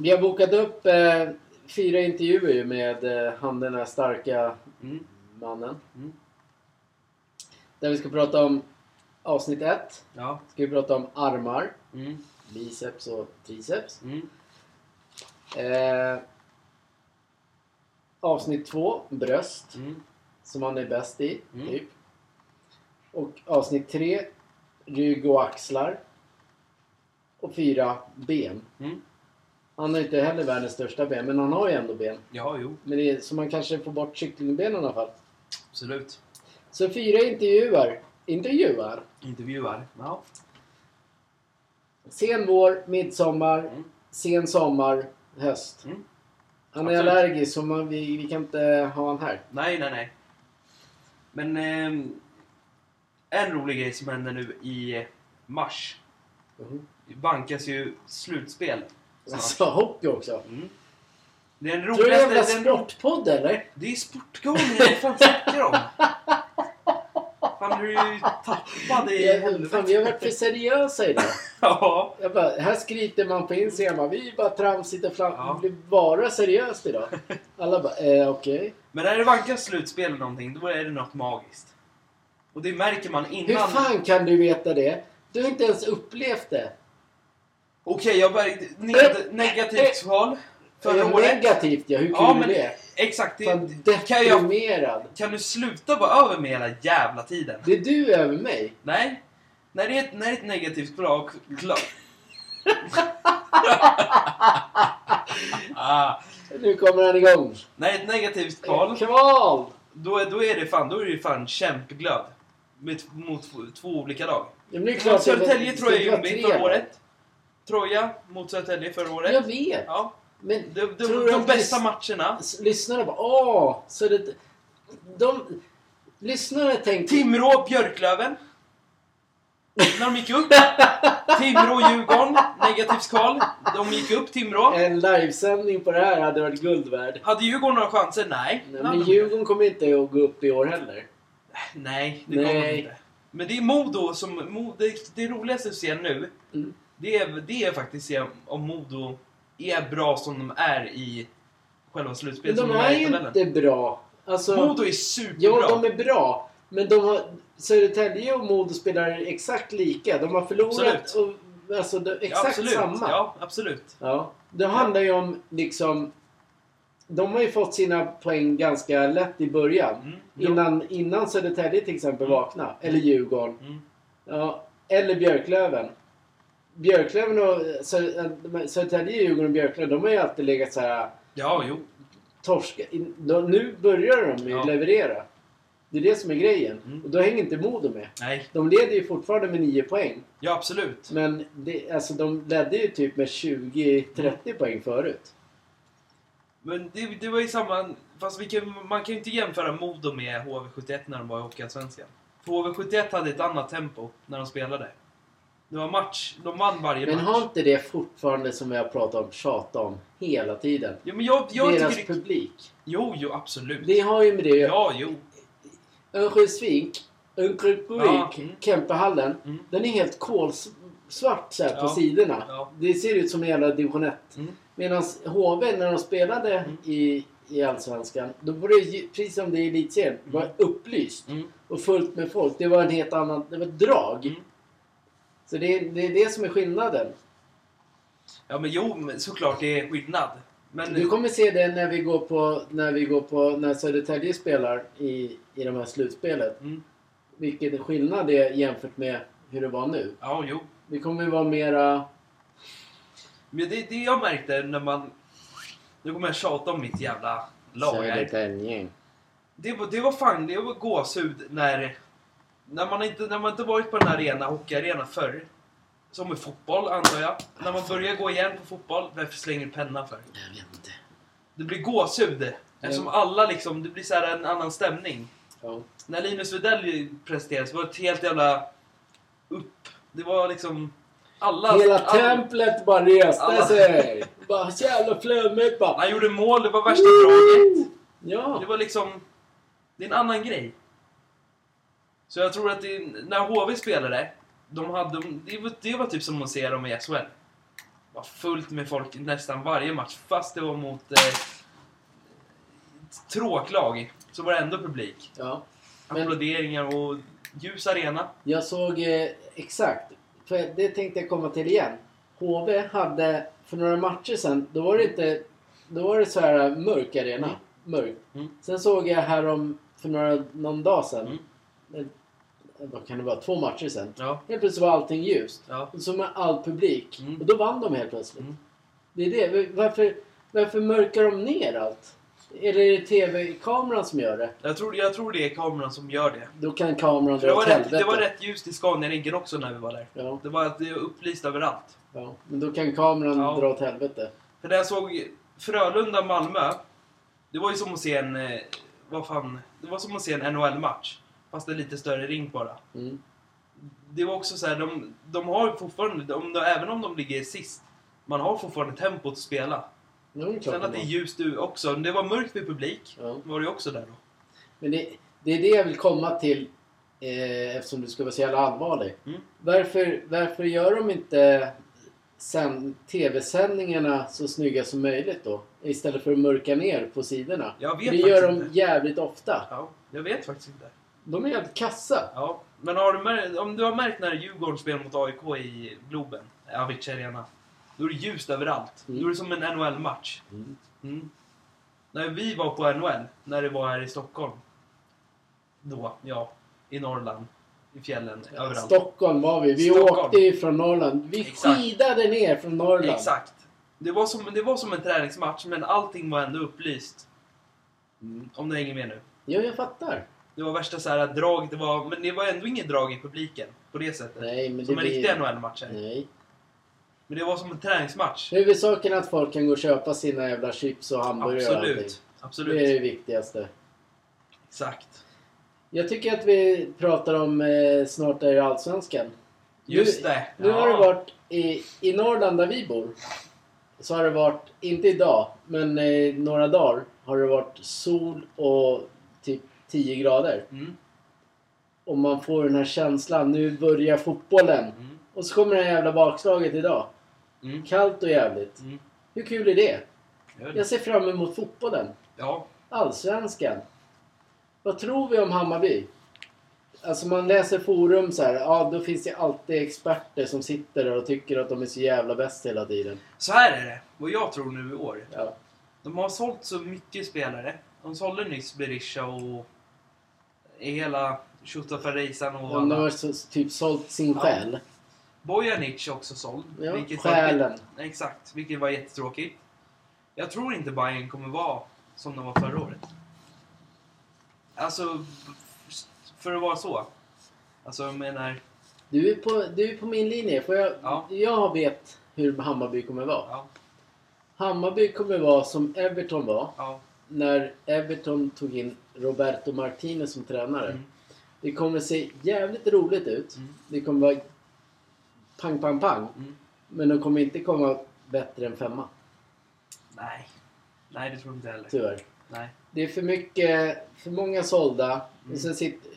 Vi har bokat upp eh, fyra intervjuer ju med eh, han den här starka Mm. mannen. Mm. Där vi ska prata om avsnitt ett. Ja. Ska vi prata om armar, Mm. biceps och triceps. Mm. Eh, avsnitt två, bröst. Mm. Som han är bäst i, Mm. typ. Och avsnitt tre, rygg och axlar. Och fyra, ben. Mm. Han har inte heller världens största ben, men han har ju ändå ben. Ja, jo. Men det är, så man kanske får bort kycklingbenen i alla fall. Absolut. Så fyra intervjuer. Intervjuer? Intervjuar. Ja. Sen vår, midsommar, Mm. sen sommar, höst. Mm. Han är Absolut. allergisk så man, vi, vi kan inte ha han här. Nej, nej, nej. Men ehm, en rolig grej som händer nu i mars. Mm. Det bankas ju slutspel. snart. Alltså hockey också. Mm. Det är den Tror du det är en jävla roligaste... Den, sportpodd eller? det är Sportgalningen, vad fan snackar du om? Fan, du är ju tappad i helvete. Fan, vi har varit för seriösa idag. Ja. Jag bara, här skryter man på Instagram. Vi är bara tramsigt och flam... Ja. Vi blir bara seriöst idag. Alla bara, eh, okej. Men när det vankas slutspel eller någonting, då är det något magiskt. Och det märker man innan... Hur fan kan du veta det? Du har inte ens upplevt det. Okej, jag börjar... Neg- negativt svar. Förra Eh, året. Negativt ja, hur kul Ja, men är det? Exakt. Fan, Det, kan, jag, deprimerad. kan du sluta vara över med hela jävla tiden? Det är du över mig. Nej. När det är ett, när det är ett negativt bra... Klar. ah, Nu kommer han igång. när det är ett negativt kval, Kval! då är, då är det fan, då är det ju fan kämpeglöd. Med, mot två- två olika lag. Ja, men det är klart Mot att det- Södertälje, det Troja, ska vara Ljungby tre förra då. året. Troja mot Södertälje förra Jag året. vet. Ja. Men De, de, Tror de, du att bästa lys- matcherna. s- lyssnarna bara åh, så det... De... Lyssnarna tänker... Timrå, Björklöven. När de gick upp. Timrå, Djurgården. Negativt kval. De gick upp, Timrå. En livesändning på det här hade varit guld värd. Hade Djurgården några chanser? Nej. Nej, men Djurgården kommer inte att gå upp i år heller. Nej, det Nej. kommer de inte. Men det är Modo som... Mo- Det, det roligaste att se nu, Mm. det är, det är faktiskt att se om Modo är bra som de är i själva Men slutspelet. de som är i ju tabellen. inte bra. Alltså, Modo är superbra. ja, de är bra. Men de har, Södertälje och Modo spelar exakt lika. De har förlorat Absolut. och, alltså, de, Ja, exakt absolut. samma. Ja, absolut. Ja. Det handlar ju om liksom... De har ju fått sina poäng ganska lätt i början. Mm. ja. Innan, innan Södertälje till exempel Mm. vakna Eller Djurgården. Mm. Ja, eller Björklöven. Björklöven och Sö- Södertälje, Djurgården och Björklöven, de har ju alltid legat så här ja, jo. torska. in- de- Nu börjar de ju Ja. leverera. Det är det som är grejen. Mm. Och då hänger inte Modo med. Nej. De leder ju fortfarande med 9 poäng. Ja, absolut. Men det, alltså, de ledde ju typ med 20-30 poäng förut. Men det, det var ju samma... Fast vi kan, man kan ju inte jämföra Modo med HV71 när de var i Hockeyallsvenskan. För HV71 hade ett annat tempo när de spelade. Det var match. De vann varje Men match. har inte det fortfarande som vi har pratat om, tjatat om hela tiden? Jo, men jag, jag Deras tycker... Det, publik. jo, jo, absolut. Det har ju med det att göra. Ja, jo. Örnsköldsvik, Örnsköldsvik, Ja, mm. Kempehallen. Mm. Den är helt kolsvart så här på Ja. sidorna. Ja. Det ser ut som en jävla division 1. Mm. Medan HV, när de spelade Mm. i, i Allsvenskan, då var det ju, precis som det är i elitserien, var upplyst Mm. och fullt med folk. Det var en helt annan, det var ett drag. Mm. Så det är, det är det som är skillnaden. Ja, men jo, men såklart det är skillnad. Men... Du kommer se det när vi går på, när vi går på, när Södertälje spelar i, i de här slutspelet. Mm. Vilken skillnad det är jämfört med hur det var nu. Ja, jo. Det kommer ju vara mera... Men det, det jag märkte när man... Nu kommer jag tjata om mitt jävla lag här. Södertälje. Det var, det var fan, det var gåshud när När man inte, när man inte varit på en arena, hockeyarena förr, som med fotboll antar jag. När man börjar gå igen på fotboll, varför slänger du pennan för? Jag vet inte. Det blir gåshud. Eftersom alla liksom, det blir så här en annan stämning. Ja. När Linus Widell presenterades var det ett helt jävla upp. Det var liksom... Alla... Hela all- templet bara reste Alla- sig. Bara så jävla flummigt bara. Han gjorde mål, det var värsta draget. Ja. Det var liksom... Det är en annan grej. Så jag tror att det, när HV spelade, de hade, det, var, det var typ som att se dem i SHL. Det var fullt med folk nästan varje match, fast det var mot eh, ett tråklag. Så var det ändå publik. ja. Men- Applåderingar och ljus arena. Jag såg eh, exakt. För det tänkte jag komma till igen. HV hade för några matcher sen, då var det inte... Då var det så här eh, mörk arena. Mörk. Mm. Sen såg jag här om för några, någon dag sen. Mm. eh, Vad kan det vara? Två matcher sen. Ja, Helt plötsligt var allting ljust. ja. Och så med all publik. Mm. Och då vann de helt plötsligt. Mm. Det är det. Varför, varför mörkar de ner allt? Eller är det tv-kameran som gör det? Jag tror, jag tror det är kameran som gör det. Då kan kameran För det, dra var åt rätt, helvete. det var rätt ljust i Scaniarinken också när vi var där. Ja, Det var att det var upplyst överallt. ja. Men då kan kameran Ja. dra åt helvete. För när jag såg Frölunda-Malmö, det var ju som att se en... eh, Vad fan? Det var som att se en NHL-match. Fast en lite större ring bara. Mm. Det var också så här, de, de har ju fortfarande, de, de, även om de ligger sist, man har fortfarande tempot att spela. Det är det klart Sen att de det är har. ljust du också, men det var mörkt med publik. Ja. Var det ju också där då. Men det, det är det jag vill komma till eh, eftersom du ska vara så jävla allvarlig. Mm. Varför, varför gör de inte sen, tv-sändningarna så snygga som möjligt då? Istället för att mörka ner på sidorna. Jag vet Det faktiskt gör de inte. jävligt ofta. Ja, jag vet faktiskt inte. De är jävligt kassa. Ja, men har du mär- om du har märkt när Djurgården spelar mot AIK i Globen, Avicii Arena, då är det ljust överallt. Mm. Då är det som en NHL-match. Mm. När vi var på NHL, när det var här i Stockholm, då, ja, i Norrland, i fjällen, överallt. Eh, Stockholm var vi. Vi Stockholm. åkte ju från Norrland. Vi Exakt. skidade ner från Norrland. Exakt. Det var, som, det var som en träningsmatch, men allting var ändå upplyst. Mm. Om du hänger med nu. Ja, jag fattar. Det var värsta så här drag, det var, men det var ändå inget drag i publiken på det sättet. Nej, men som det en blir- Mm. riktig NHL-match. här. Nej. Men det var som en träningsmatch. Huvudsaken är att folk kan gå och köpa sina jävla chips och hamburgare och allting. Absolut. Absolut. Det är det viktigaste. Exakt. Jag tycker att vi pratar om eh, snart är det allsvenskan. Just nu, det. Nu Ja. har det varit i, i Norrland där vi bor. Så har det varit, inte idag, men eh, några dagar har det varit sol och typ 10 grader. Mm. Och man får den här känslan, nu börjar fotbollen. Mm. Och så kommer det här jävla bakslaget idag. Mm. Kallt och jävligt. Mm. Hur kul är det? Gör det. Jag ser fram emot fotbollen. Ja. Allsvenskan. Vad tror vi om Hammarby? Alltså man läser forum så här, ja då finns det alltid experter som sitter där och tycker att de är så jävla bäst hela tiden. Så här är det. Vad jag tror nu i år. Ja. De har sålt så mycket spelare. De sålde nyss Berisha och hela Shotafarejsan och De alla. har så, typ sålt sin Ja. själ. Bojanic är också såld. Ja, vilket var- själen. Exakt. Vilket var jättetråkigt. Jag tror inte Bayern kommer vara som de var förra året. Alltså, för att vara så. Alltså, jag menar... Du är, på, du är på min linje, för jag, Ja. jag vet hur Hammarby kommer vara. Ja. Hammarby kommer vara som Everton var Ja. när Everton tog in Roberto Martinez som tränare. Mm. Det kommer se jävligt roligt ut. Mm. Det kommer vara pang, pang, pang. Mm. Men de kommer inte komma bättre än femma, Nej. Nej, det tror jag inte heller. tyvärr. Nej. Det är för mycket, för många sålda. Mm. Och sen sitter,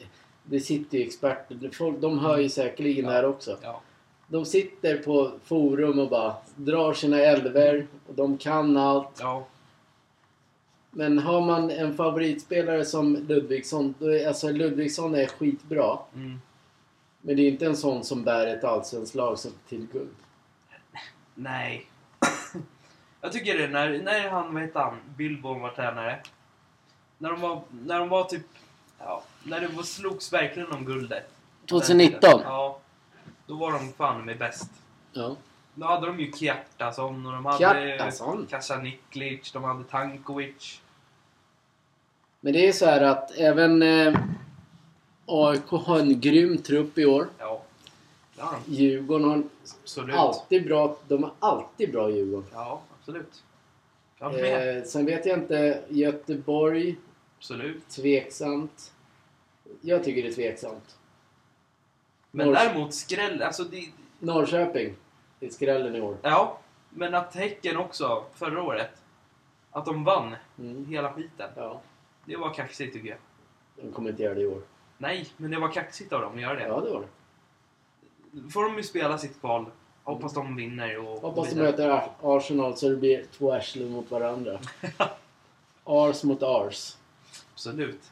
det sitter ju experter, folk, de hör ju säkerligen Ja. det här också. Ja. De sitter på forum och bara drar sina älver och de kan allt. Ja. Men har man en favoritspelare som Ludvigsson, då är, alltså Ludvigsson är skitbra. Mm. Men det är inte en sån som bär ett allsvenskt lag som till guld. Nej. jag tycker det, när, när han, vad hette han, Billborn var tränare. När de var, när de var typ, ja, när det var, slogs verkligen om guldet. 2019. Ja. Då var de fan med bäst. Ja. Då hade de ju Kjartason och de hade Kjartason? Kasaniklic, de hade Tankovic. Men det är så här att även eh, AIK har en grym trupp i år. Ja. ja Djurgården har absolut. alltid bra... De är alltid bra Djurgården. Ja, absolut. Ja, men Eh, sen vet jag inte. Göteborg, absolut. tveksamt. Jag tycker det är tveksamt. Men Norr- däremot skräll... Alltså det, Norrköping är skrällen i år. ja, men att Häcken också, förra året, att de vann Mm. hela skiten. Ja, Det var kaxigt tycker jag. de kommer inte göra det i år. Nej, men det var kaxigt av dem att göra det. Ja, det var det. får de ju spela sitt kval. Hoppas de vinner och... Mm. Hoppas de vinner. möter Ar- Arsenal så det blir två arslen mot varandra. Ars mot ars. Absolut.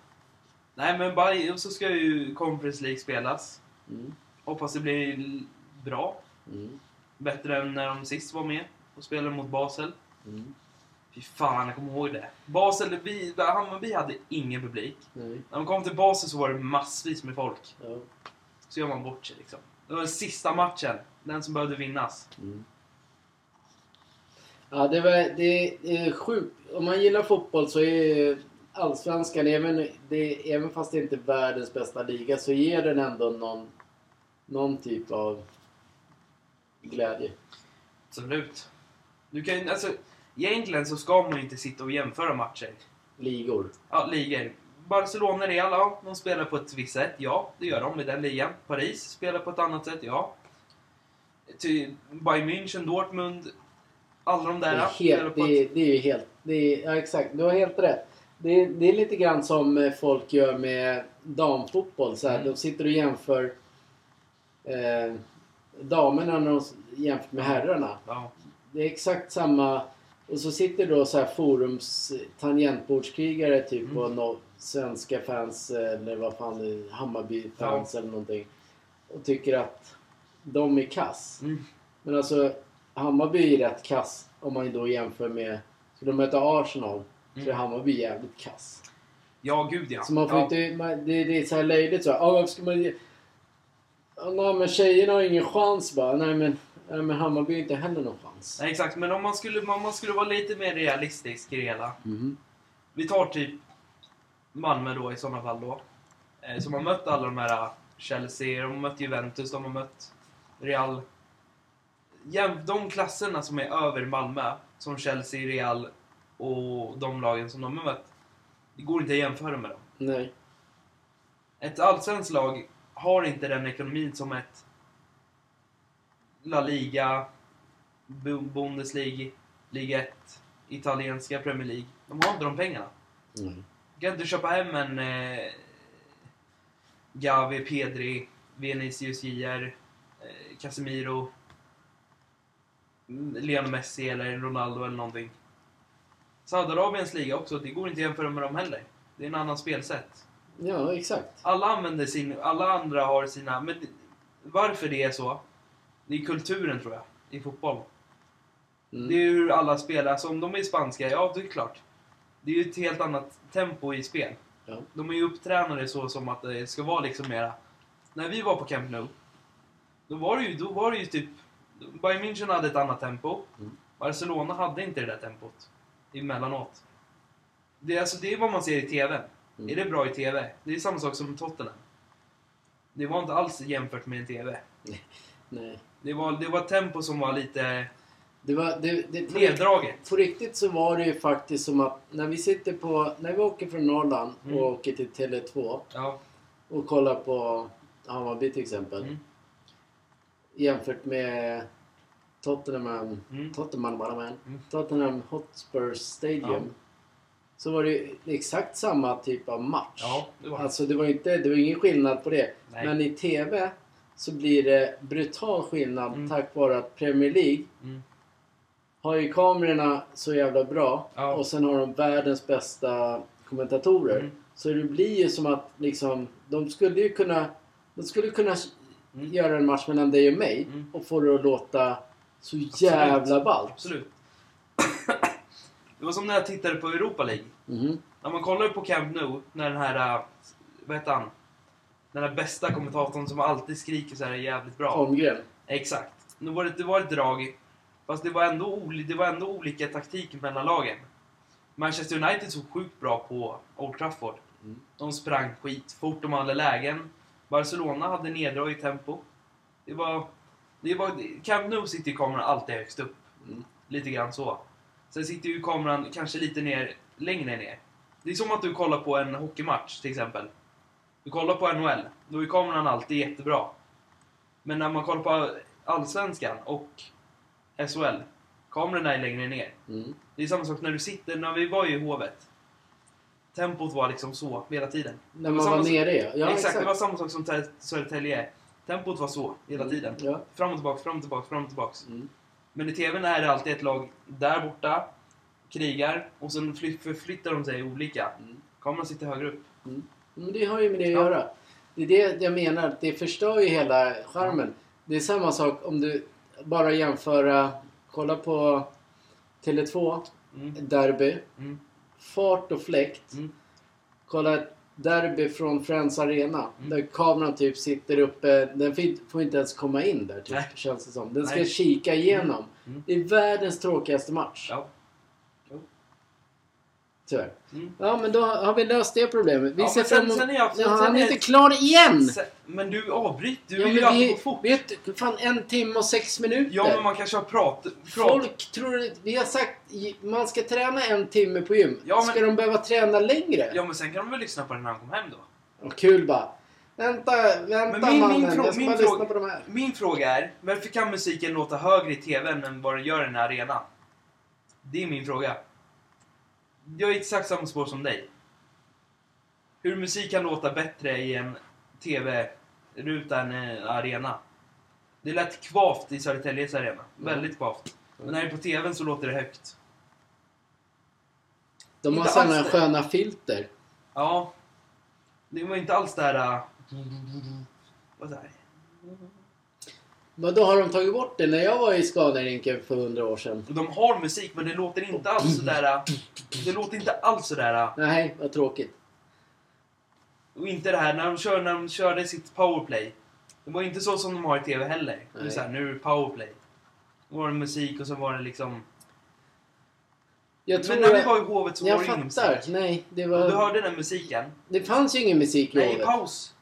Nej men bara, och så ska ju Conference League spelas. Mm. Hoppas det blir l- bra. Mm. Bättre än när de sist var med och spelade mot Basel. Mm. Fy fan, jag kommer ihåg det. Basel, vi, Hammarby hade ingen publik. Nej. När de kom till Basel så var det massvis med folk. Ja. Så gör man bort sig liksom. Det var den sista matchen. Den som behövde vinnas. Mm. Ja, det, var, det är sjukt. Om man gillar fotboll så är Allsvenskan, även, det, även fast det inte är världens bästa liga, så ger den ändå någon, någon typ av glädje. Absolut. Du kan ju, alltså, egentligen så ska man ju inte sitta och jämföra matcher. Ligor. Ja, ligor. Barcelona, Real, ja, de spelar på ett visst sätt. Ja, det gör de i den ligan. Paris spelar på ett annat sätt, ja. Ty, Bayern München, Dortmund, alla de Det där är, spelar helt, på det, ett... är, det är ju helt... Det är, ja, exakt. Du har helt rätt. Det är, det är lite grann som eh, folk gör med damfotboll. Så här. Mm. De sitter och jämför eh, damerna när de, s- jämfört med herrarna. Ja, Det är exakt samma... Och så sitter då så här forums tangentbordskrigare typ Mm. och no, svenska fans eller vad fan det är, Hammarby-fans eller någonting. Och tycker att de är kass. mm, Men alltså Hammarby är rätt kass om man då jämför med... Skulle de möta Arsenal så är mm. Hammarby jävligt kass. ja gud ja. Så man får ja. inte... Man, det, det är så här löjligt så. här, Ja, varför ska man... ge- Ja, nej, men tjejerna har ingen chans bara. Nej, men, nej, men Hammarby har inte heller någon chans. Nej, exakt, men om man, skulle, om man skulle vara lite mer realistisk i det hela. Mhm. Vi tar typ Malmö då i sådana fall då. Eh, Som har mött alla de här eh, Chelsea, de har mött Juventus, de har mött Real. Jäm- De klasserna som är över Malmö, som Chelsea, Real och de lagen som de har mött. Det går inte att jämföra med dem. Nej. Ett allsvenskt lag har inte den ekonomin som ett La Liga, Bu- Bundesliga, Liga 1, italienska Premier League. De har inte de pengarna. Nej. Du kan inte köpa hem en eh, Gavi, Pedri, Vinicius JR, eh, Casemiro, mm, Lionel Messi eller Ronaldo eller någonting. Saudiarabiens liga också, det går inte att jämföra med dem heller. Det är en annan spelsätt. Ja, exakt. Alla använder sin, alla andra har sina, men det- varför det är så, det är kulturen tror jag, i fotboll. Mm. Det är ju hur alla spelar, så om de är spanska, ja det är klart. Det är ju ett helt annat tempo i spel. Ja. De är ju upptränade så som att det ska vara liksom mera... När vi var på Camp Nou, då var det ju, då var det ju typ... Bayern München hade ett annat tempo. Mm. Barcelona hade inte det där tempot emellanåt. Det, är alltså, det är vad man ser i TV. Mm. Är det bra i TV? Det är samma sak som Tottenham. Det var inte alls jämfört med en TV. Nej. Det var, det var ett tempo som var lite Det var... Det, det, på, riktigt, neddraget. på riktigt så var det ju faktiskt som att när vi sitter på... När vi åker från Norrland Mm. och åker till Tele2 Ja. och kollar på Hammarby till exempel. Mm. Jämfört med Tottenham... Mm. Tottenham, Tottenham, Mm. Tottenham Hotspur Stadium. Så var det ju exakt samma typ av match. Ja, det var det. Alltså det var, inte, det var ingen skillnad på det. Nej. Men i TV så blir det brutal skillnad Mm. tack vare att Premier League Mm. har ju kamerorna så jävla bra Ja. och sen har de världens bästa kommentatorer. Mm. Så det blir ju som att liksom, de skulle ju kunna, de skulle kunna s- Mm. göra en match mellan dig och mig Mm. och få det att låta så jävla ballt. Absolut. Det var som när jag tittade på Europa League. Mhm. När man kollar på Camp Nou, när den här... äh, Vad heter han? Den här bästa kommentatorn som alltid skriker så här jävligt bra. Holmgren. Exakt. Nu var det, det var ett drag. Fast det var, ändå oli, det var ändå olika taktik mellan lagen. Manchester United såg sjukt bra på Old Trafford. Mm. De sprang skitfort, de hade lägen. Barcelona hade neddraget tempo. Det var... Det var Camp Nou sitter ju kameran alltid högst upp. Mm. Lite grann så. Sen sitter ju kameran kanske lite ner, längre ner. Det är som att du kollar på en hockeymatch till exempel. Du kollar på NHL, då är kameran alltid jättebra. Men när man kollar på Allsvenskan och SHL, kamerorna är längre ner. Mm. Det är samma sak när du sitter, när vi var ju i Hovet. Tempot var liksom så hela tiden. När Det man samma var sak- nere ja. ja exakt, det var samma sak som Tä- Södertälje. Tempot var så hela Mm. tiden. Ja. Fram och tillbaka, fram och tillbaka, fram och tillbaka. Mm. Men i TVn är det alltid ett lag där borta, krigar och sen fly- förflyttar de sig olika. Mm. Kameran sitter högre upp. Men det har ju med det att Ja. göra. Det är det jag menar, det förstör ju hela charmen. Det är samma sak om du bara jämföra, kolla på Tele2, Mm. derby, Mm. fart och fläkt. Mm. Kolla ett derby från Friends Arena Mm. där kameran typ sitter uppe, den får- får inte ens komma in där typ, Nej. känns det som. Den ska Nej. kika igenom. Mm. Det är världens tråkigaste match, Ja. tyvärr. Mm. Ja men då har vi löst det problemet. Vi Ja, ser men sen- fram emot... sen är jag- Ja, sen han är är- inte klar igen! Se- Men du avbryter, du Mm. Ja, vill ju men alltid vi, gå fort. vet du, fan en timme och sex minuter. Ja, men man kanske har prat... prat. Folk tror att vi har sagt i- man ska träna en timme på gym. Ja, men- Ska de behöva träna längre? Ja, men sen kan de väl lyssna på den när han kom hem då? Och kul bara. Vänta, vänta Men min- min mannen. frå- jag ska min bara fråga- lyssna på de här. Min fråga är, varför kan musiken låta högre i TVn än vad den gör i den här arenan? Det är min fråga. Jag är i exakt samma spår som dig. Hur musik kan låta bättre i en TV-ruta än en arena. Det lät kvavt i Södertäljes arena. Väldigt kvavt. Men när det är på TVn så låter det högt. De har Inte sådana alls det. sköna filter. Ja. Det var inte alls det här... äh, Vad är det? här? Men då har de tagit bort det. När jag var i Scanarinken för hundra år sedan. De har musik men det låter inte alls sådär... Det låter inte alls sådär... Nej, vad tråkigt. Och inte det här när de, kör, när de körde sitt powerplay. Det var inte så som de har i TV heller. Det är Nej. så här, nu är det powerplay. Då var det musik och så var det liksom... Jag tror Men när vi att- var i Hovet så var jag det ingen fattar. musik. Nej, det Och var... Du hörde den musiken. Det fanns ju ingen musik i Nej, i Hovet. paus.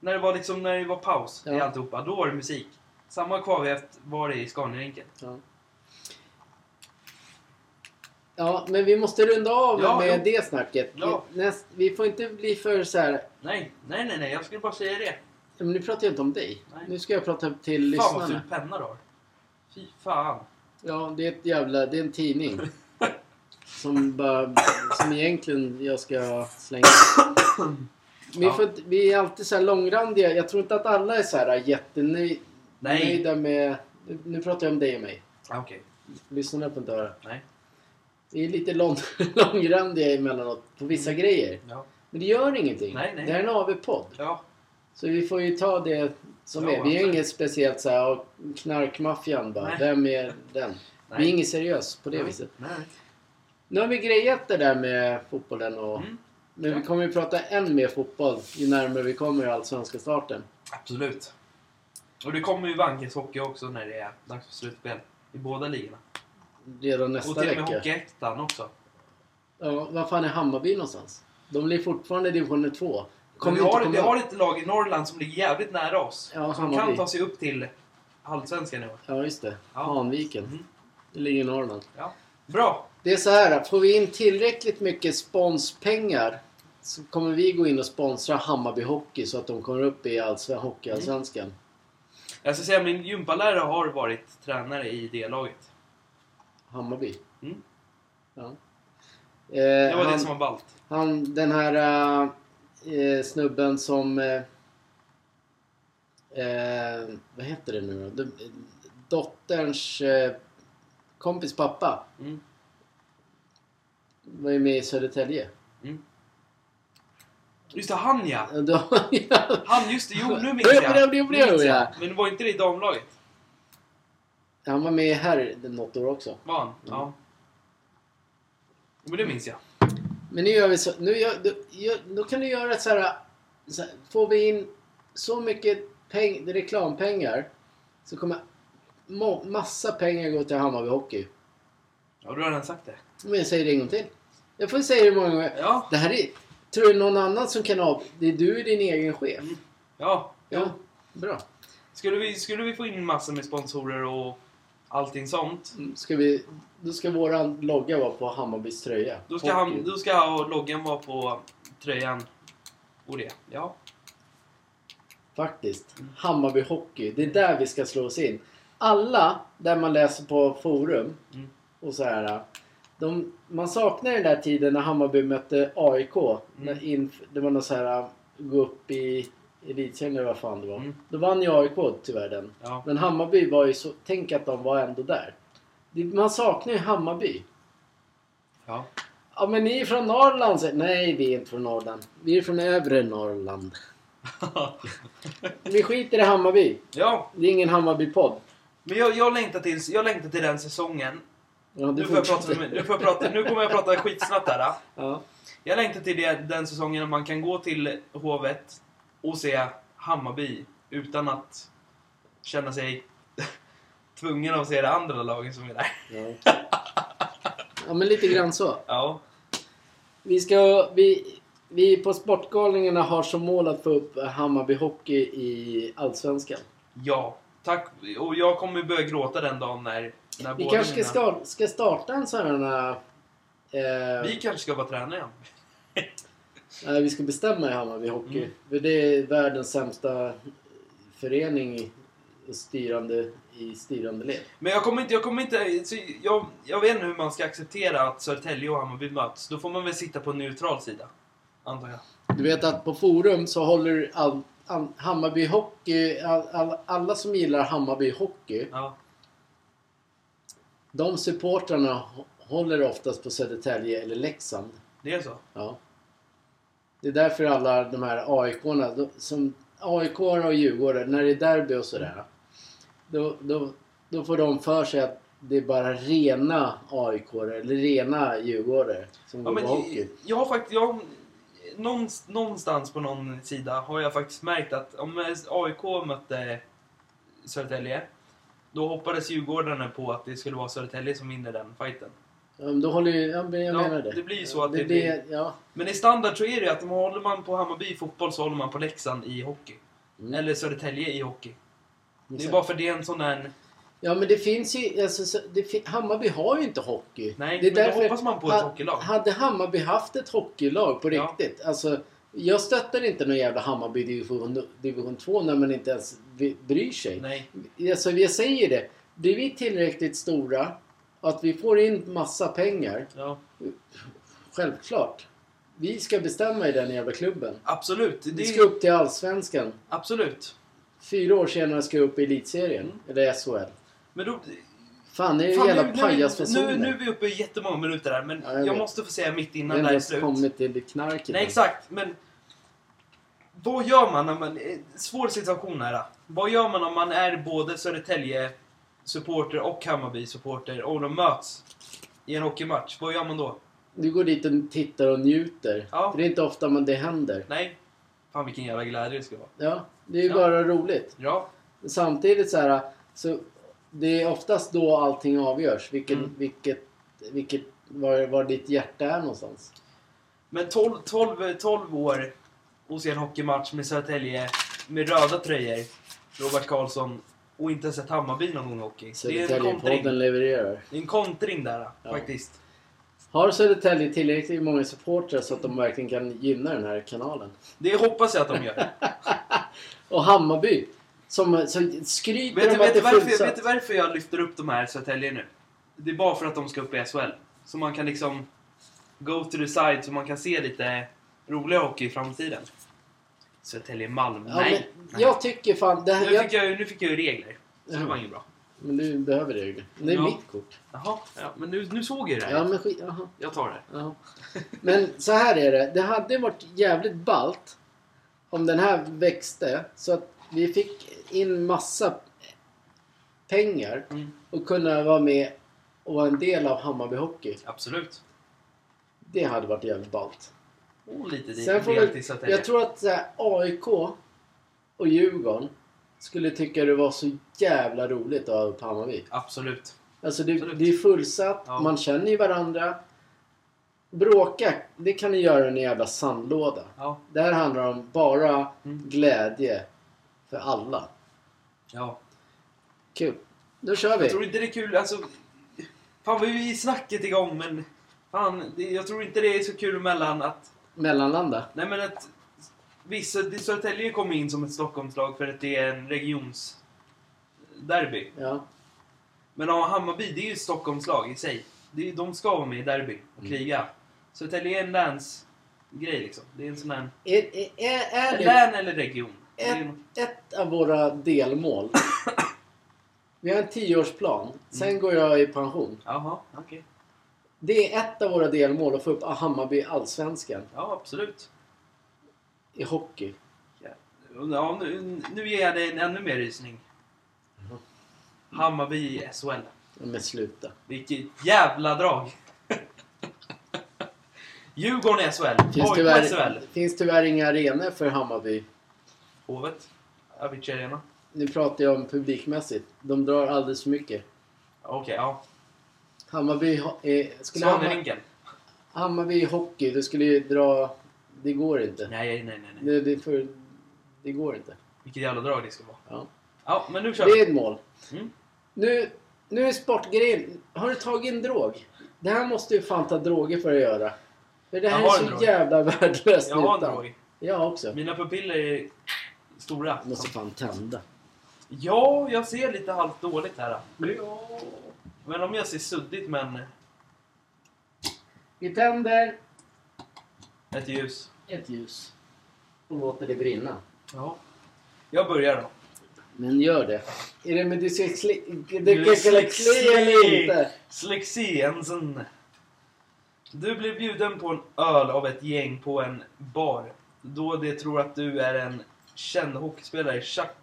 När det var liksom, när det var paus i Ja. alltihopa, då var det musik. Samma kvavhäft var det i Scaniarinken. Ja. ja, men vi måste runda av Ja, med jo. det snacket. Ja. Vi, näst, vi får inte bli för så här... Nej, nej, nej, nej, jag skulle bara säga det. Men nu pratar jag inte om dig. Nej. Nu ska jag prata till Fan vad ful lyssnarna. penna du har. Fy fan. Ja, det är ett jävla... Det är en tidning. som bara... Som egentligen jag ska slänga. Vi, Ja. får, inte- vi är alltid så här långrandiga. Jag tror inte att alla är så här Nej. jättenöjda med... Nu, nu pratar jag om dig och mig. Ah, Okej. Lyssnarna får inte höra. Nej. Vi är lite lång, långrandiga emellanåt på vissa grejer. Ja. Men det gör ingenting. Mm. Nej, nej. Det här är en AV-podd. ja. Så vi får ju ta det som Ja, är. Vi är absolut. inget speciellt så här och knarkmaffian bara. Nej. Vem är den? Nej. Vi är inget seriös på det nej. viset. Nej. Nu har vi grejat det där med fotbollen och... Mm. Men vi kommer ju prata än mer fotboll ju närmare vi kommer allsvenska starten. Absolut. Och det kommer ju Vankes hockey också när det är dags för slutspel. I båda ligorna. Redan Och nästa till och med vecka. Hockeyettan också. Ja, var fan är Hammarby någonstans? De ligger fortfarande i division 2. Men Kommer vi inte har, komma vi har upp. ett lag i Norrland som ligger jävligt nära oss. Ja, som Hammarby. kan ta sig upp till Allsvenskan i år. Ja, just det. Ja. Hanviken. Mm. Det ligger i Norrland. Ja. Bra! Det är så här, får vi in tillräckligt mycket sponspengar så kommer vi gå in och sponsra Hammarby Hockey så att de kommer upp i allsven- Hockeyallsvenskan. Mm. Jag ska säga min gympalärare har varit tränare i det laget. Hammarby. Mm. Ja. Det Eh, var han, det som var ballt. han, den här eh, eh, snubben som... Eh, eh, vad heter det nu då? De- Dotterns eh, kompis pappa Mm. var ju med i Södertälje. Just det, han ja! Ja, då- Han, just det, jo nu minns Bra, jag. bra, bra, Nu bra, minns jag. ja. Men det var inte det i damlaget? Han var med här något år också. Var han? Ja. Men det minns jag. Men nu gör vi så. Nu gör, då, gör, då kan du göra ett så här, så här. Får vi in så mycket peng, reklampengar så kommer ma- massa pengar gå till Hammarby Hockey. Ja, du har redan sagt det. Men jag säger det en gång till. Jag får säga det många gånger. Ja. Det här är... Tror du någon annan som kan av... Det är du är din egen chef. Ja, jo. Ja. Bra. Skulle, vi, skulle vi få in massor med sponsorer och allting sånt. Ska vi... Då ska våran logga vara på Hammarbys tröja. Då ska, han, då ska loggan vara på tröjan. Och det. Ja. Faktiskt. Hammarby Hockey. Det är där vi ska slå oss in. Alla där man läser på forum Mm. och så här. De, man saknar den där tiden när Hammarby mötte AIK. Mm. När in, det var någon så här, gå upp i elitserien eller vad fan det var. Mm. Då vann ju AIK tyvärr den. ja. Men Hammarby var ju så, tänk att de var ändå där. Det, man saknar ju Hammarby. ja. Ja men ni är från Norrland säger Nej vi är inte från Norrland. Vi är från övre Norrland. Vi skiter i Hammarby. ja. Det är ingen Hammarby-podd. Men jag, jag, längtar till, jag längtar till den säsongen. Ja, Nu får jag prata, fortsätter. med- nu, får jag prata, nu kommer jag prata skitsnabbt här. då. Ja. Jag längtar till det, den säsongen när man kan gå till Hovet och se Hammarby utan att känna sig tvungen att se det andra lagen som är där. Ja. ja men lite grann så. Ja. Vi ska... Vi, vi på Sportgalningarna har som mål att få upp Hammarby Hockey i Allsvenskan. Ja, tack. Och jag kommer börja gråta den dagen när, när Vi båda kanske mina- ska, sta- ska starta en sån här... eh, Vi kanske ska vara tränare igen. Nej, vi ska bestämma i Hammarby Hockey. Mm. För det är världens sämsta förening och styrande, i styrande led. Men jag kommer inte... Jag, kommer inte så jag, jag vet inte hur man ska acceptera att Södertälje och Hammarby möts. Då får man väl sitta på en neutral sida. Antar jag. Du vet att på forum så håller all, all, Hammarby Hockey, all, all, alla som gillar Hammarby Hockey, Ja. de supportrarna hå- håller oftast på Södertälje eller Leksand. Det är så? Ja. Det är därför alla de här AIK-arna, de- som aik och Djurgården, när det är derby och sådär. Då, då, då får de för sig att det är bara rena aik eller rena Djurgårdare som Ja, går men på hockey. jag, jag har faktiskt... Jag, någonst- någonstans på någon sida har jag faktiskt märkt att om AIK mötte Södertälje då hoppades djurgårdarna på att det skulle vara Södertälje som vinner den fighten. Ja, men då håller ju... Ja, men jag Ja, menar det. det blir ju så att det det blir... Ja. Men i standard så är det ju att om man håller man på Hammarby i fotboll så håller man på Leksand i hockey. Mm. Eller Södertälje i hockey. Det är exakt. bara för det är en sån där... Ja men det finns ju, alltså, så- det fin- Hammarby har ju inte hockey. Nej, det men då hoppas man på ett ha- hockeylag. Hade Hammarby haft ett hockeylag på Ja. riktigt. Alltså, jag stöttar inte någon jävla Hammarby i division, division 2 när man inte ens vi- bryr sig. Nej. Alltså, jag säger det. Blir vi tillräckligt stora, att vi får in massa pengar, Ja. självklart. Vi ska bestämma i den jävla klubben. Absolut. Det Vi är, ska upp till Allsvenskan. Absolut. Fyra år senare ska vi upp i Elitserien, Mm. eller SHL. Men då... Fan, det är ju Fan, jävla nu, nu, nu, pajasfasoner. nu är vi uppe i jättemånga minuter här, men Ja, jag jag, vet. måste få säga mitt Vi har innan det inte här är ens slut. kommit till det knarket. Nej, än. exakt. Men... Vad gör man när man... eh, Svår situation här. då. Vad gör man om man är både Södertälje-supporter och Hammarby-supporter och de möts i en hockeymatch? Vad gör man då? Du går dit och tittar och njuter. Ja. För det är inte ofta man det händer. Nej. Fan vilken jävla glädje det ska vara. Ja, det är ju Ja. bara roligt. Ja. Samtidigt så här, så det är oftast då allting avgörs. Vilken, Mm. Vilket, vilket, var, var ditt hjärta är någonstans. Men 12, 12, 12 år och se en hockeymatch med Södertälje med röda tröjor, Robert Karlsson, och inte ens sett Hammarby någon gång i hockey. Det är en kontring. Södertäljepodden levererar. Det är en kontring där Ja. faktiskt. Har Södertälje tillräckligt många supportrar så att de verkligen kan gynna den här kanalen? Det hoppas jag att de gör. Och Hammarby, som, som skryter vet, om du, att det vet, du är varför, vet fullsatt. du varför jag lyfter upp de här Södertälje nu? Det är bara för att de ska upp i SHL. Så man kan liksom go to the side så man kan se lite roligare hockey i framtiden. Södertälje-Malm. Ja, nej. men jag tycker fan... Det här, Nu jag, fick jag, ju- nu fick jag ju regler. Så det Ja. var inget bra. Men du behöver det ju. Det är Ja. mitt kort. Jaha, ja, men nu, nu såg jag det. här. Ja, men skit... Jaha. Jag tar det. Ja. Men så här är det. Det hade varit jävligt balt om den här växte så att vi fick in massa pengar Mm. och kunna vara med och vara en del av Hammarby Hockey. Absolut. Det hade varit jävligt ballt. Och lite dit. Sen får del vi, till Södertälje. jag tror att så här, AIK och Djurgården skulle tycka det var så jävla roligt att ha upp Hammarby. Absolut. Alltså det, Absolut. det är fullsatt, Ja. man känner ju varandra. bråka, det kan ni göra i en jävla sandlåda. Ja. Det här handlar om bara Mm. glädje för alla. ja. Kul. Nu kör vi. Jag tror inte det är kul, alltså... Fan, vi är snacket igång, men... Fan, det, jag tror inte det är så kul mellan att... Mellanlanda. Nej, men att... Vissa, det- Södertälje kom in som ett Stockholmslag för att det är en regionsderby. Ja. Men ja, Hammarby, det är ju ett Stockholmslag i sig. Det är, de ska vara med i derby och Mm. kriga. Södertälje är en länsgrej, liksom. Det är en sån här... Är, är, är, är det Län eller region. Det är ett, ju- ett av våra delmål? Vi har en tioårsplan. Sen Mm. går jag i pension. Jaha, okej. Det är ett av våra delmål att få upp Hammarby i Allsvenskan Ja, absolut. i hockey. Ja, nu, nu ger jag dig en ännu mer rysning. Hammarby i SHL. Men sluta. Vilket jävla drag! Djurgården i SHL. Finns AIK i tyvärr, SHL. finns tyvärr inga arenor för Hammarby. Hovet. Avicii Arena. Nu pratar jag om publikmässigt. De drar alldeles för mycket. Okej, ja. Hammarby ha- eh, skulle Hammar, Svanerinken. Hammarby i hockey, det skulle ju dra... Det går inte. Nej, nej, nej, nej. Det, det, är för, det går inte. Vilket jävla drag det ska vara. Ja. Ja, men nu Det kör är vi. ett mål. Mm. Nu, nu är sportgrejen... Har du tagit en drog? Det här måste ju fan ta droger för att göra. För det Jag här har är en så drog. jävla värdelöst Jag har en utan. drag. Jag också. Mina pupiller är stora. Jag måste fan tända. Ja, jag ser lite halvt dåligt här. Men om jag ser suddigt men Vi tänder ett ljus. ett ljus och låter det brinna. Ja. Jag börjar då. Men gör det. Är det med dyslexi Dyslexi. dyslexi eller inte? Slexi Jensen. Du blir bjuden på en öl av ett gäng på en bar. Då de tror att du är en känd hockeyspelare i schack...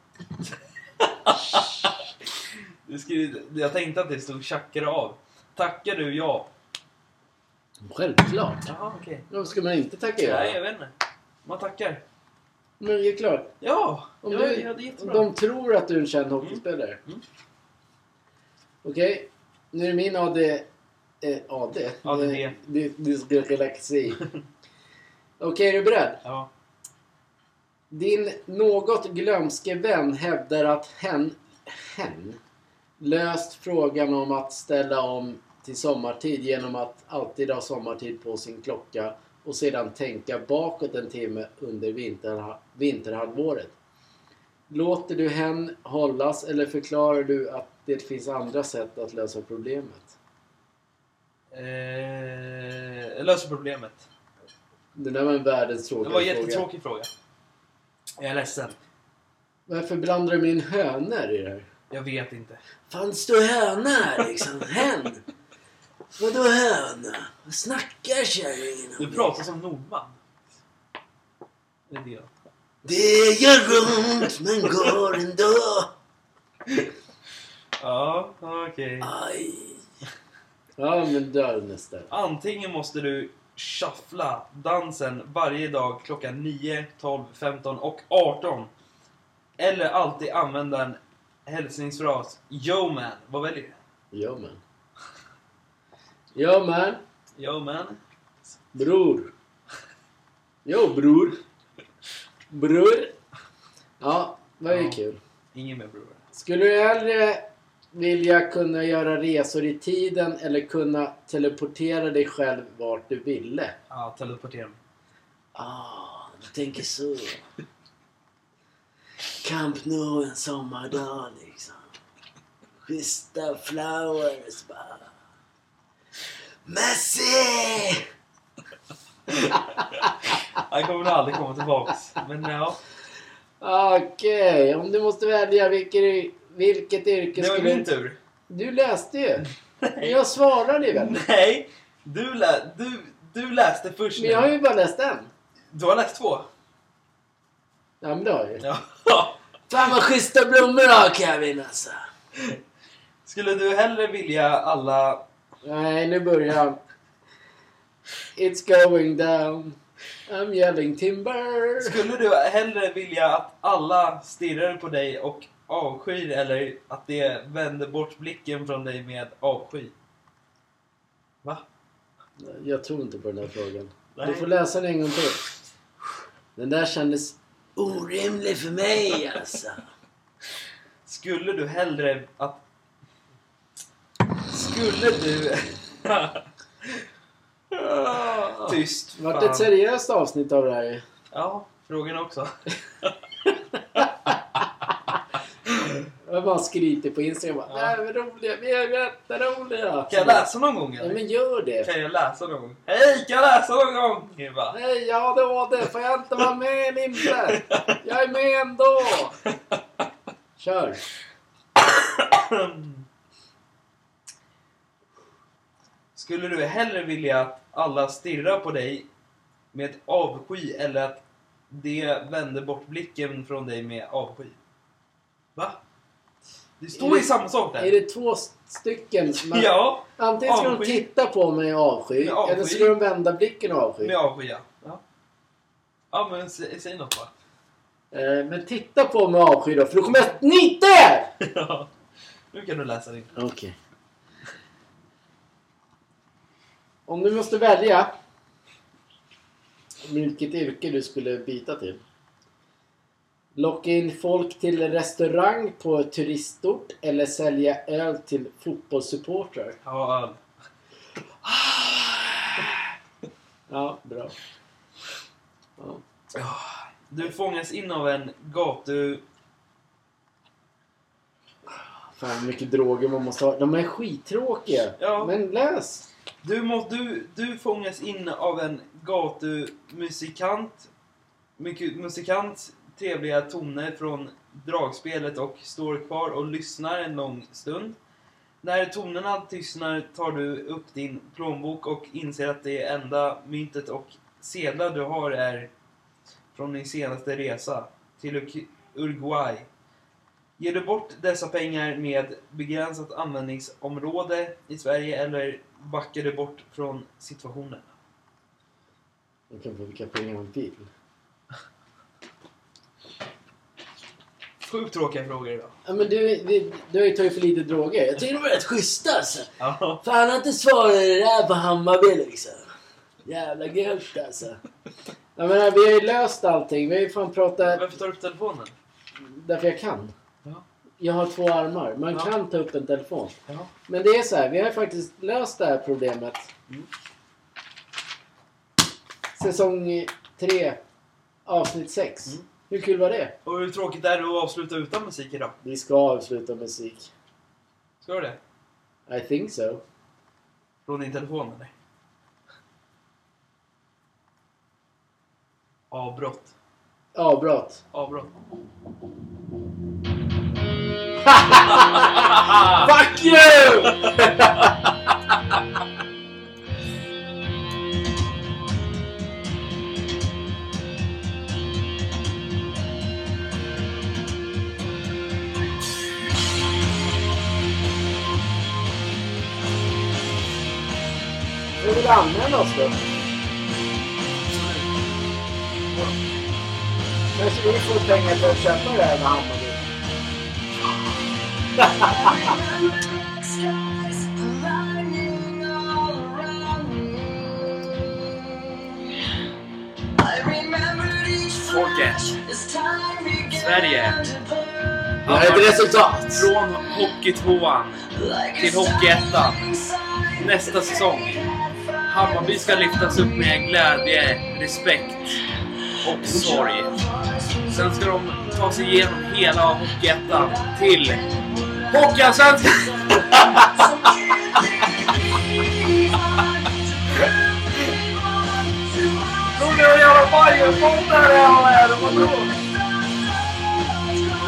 Du skriver, jag tänkte att det stod tjackare av. Tackar du ja? Självklart. Jaha, okej. Då ska man inte tacka Nej, jag ja. vet inte. Man tackar. Men det är klart. Ja! Om, ja, du, ja, det är om jättebra. de tror att du är en känd hockeyspelare. Mm. Okej, nu är det min AD... Eh, AD? ADD. Eh, dy- Dyslexi. Okej, är du beredd? Ja. Din något glömske vän hävdar att hen, hen löst frågan om att ställa om till sommartid genom att alltid ha sommartid på sin klocka och sedan tänka bakåt en timme under vinter, vinterhalvåret. Låter du hen hållas eller förklarar du att det finns andra sätt att lösa problemet? Eh, jag löser problemet. Det där var en världens Det tråkiga var en fråga. jättetråkig fråga. Jag är ledsen. Varför blandar du min hönor i det här? Jag vet inte. Fanns det höna liksom? Hen? Vadå höna? Vad snackar kärringen Du pratar som Nordman. Det är det. Det gör runt men går ändå. Ja, okej. Aj. Ja men dör nästa. Antingen måste du shuffla dansen varje dag klockan 9, 12, 15 och 18. Eller alltid använda en hälsningsfras. Yo man. Vad väljer du? Ja men. Ja men. Yo man. Bror. Jo bror. Bror. Ja, det var ju Ja. kul. Ingen mer bror. Skulle du hellre vilja kunna göra resor i tiden eller kunna teleportera dig själv vart du ville? Ja, teleportera mig. Ah, du tänker så. Camp Nou en sommardag liksom. Schyssta flowers bara. Messi! Han kommer nog aldrig komma tillbaks. Men ja. Okej, om du måste välja vilket, vilket yrke Det var skulle... min tur. Du läste ju. Men jag svarade väl. Nej! Du, lä du, du läste först Men jag har nu. ju bara läst en. Du har läst två. Ja, men det har jag ju. Ja. Fan vad schyssta blommor du har Kevin alltså. Skulle du hellre vilja alla... Nej, nu börjar han. It's going down. I'm yelling timber. Skulle du hellre vilja att alla stirrar på dig och avskyr eller att de vänder bort blicken från dig med avsky? Va? Jag tror inte på den här frågan. Du Nej. får läsa den en gång till. Den där kändes orimlig för mig alltså. Skulle du hellre att... Skulle du... Tyst. Det vart fan. ett seriöst avsnitt av det här ju. Ja, frågan också. Jag har bara skrikit på Instagram bara, Nej men roliga, vi är jätteroliga! Kan jag läsa någon gång Ja eller? men gör det! Kan jag läsa någon gång? Hej, kan jag läsa någon gång? Jag bara, Nej jag har ADHD, får jag inte vara med eller inte? Jag är med ändå! Kör! Skulle du hellre vilja att alla stirrar på dig med avsky eller att de vänder bort blicken från dig med avsky? Va? Det Är står det- ju samma sak Är där. det två stycken? som- Ja, Antingen ska de avsky. titta på mig i avsky, Med avsky. eller ska de vända blicken i avsky. med avsky ja. Ja, ja men sä- säg något bara. Eh, men titta på mig i avsky då, för då kommer jag snita er! Ja. Nu kan du läsa din. Okej. Om du måste välja vilket yrke du skulle byta till. Locka in folk till restaurang på turistort eller sälja öl till fotbollssupportrar. Ja, öl. Ja, bra. Ja. Du fångas in av en gatu... Fan vad mycket droger man måste ha. De är skittråkiga. Ja. Men läs! Du, må, du, du fångas in av en gatumusikant. Mycket musikant, trevliga toner från dragspelet och står kvar och lyssnar en lång stund. När tonerna tystnar tar du upp din plånbok och inser att det enda myntet och sedlar du har är från din senaste resa till Ur- Uruguay. Ger du bort dessa pengar med begränsat användningsområde i Sverige eller backar du bort från situationen? Man kan få vilka pengar man vill. Sjukt tråkiga frågor idag. Ja, men du, vi, du har ju tagit för lite droger. Jag tycker de var rätt schyssta alltså. Ja. Fan att du svarade det där på Hammarby liksom. Jävla gött alltså. Jag menar, vi har ju löst allting. Vi har ju fan pratat Varför tar du upp telefonen? därför jag kan. Ja. Jag har två armar. Man Ja. kan ta upp en telefon. Ja. Men det är så här, vi har ju faktiskt löst det här problemet. Mm. Säsong 3, avsnitt 6. Mm. Hur kul var det? Och hur tråkigt är det att avsluta utan musik idag? Vi ska avsluta musik. Ska du det? I think so. Från din telefon eller? Avbrott. Avbrott. Avbrott. Fuck you! Hur vill du använda oss då? Kanske vi får pengar för att köpa det här med Hammarby? Skies aligning all around me. I remembered each flash as time began to burn. Det här är ett resultat! Från Hockeytvåan Like a till Hockeyettan. sign Nästa säsong. Hammarby ska lyftas upp med glädje, respekt och sorg. Sen ska de ta sig igenom hela Hockeyettan till Hockeyallsvenskan! Tror ni att göra Bajenfond där eller? Vad tror ni?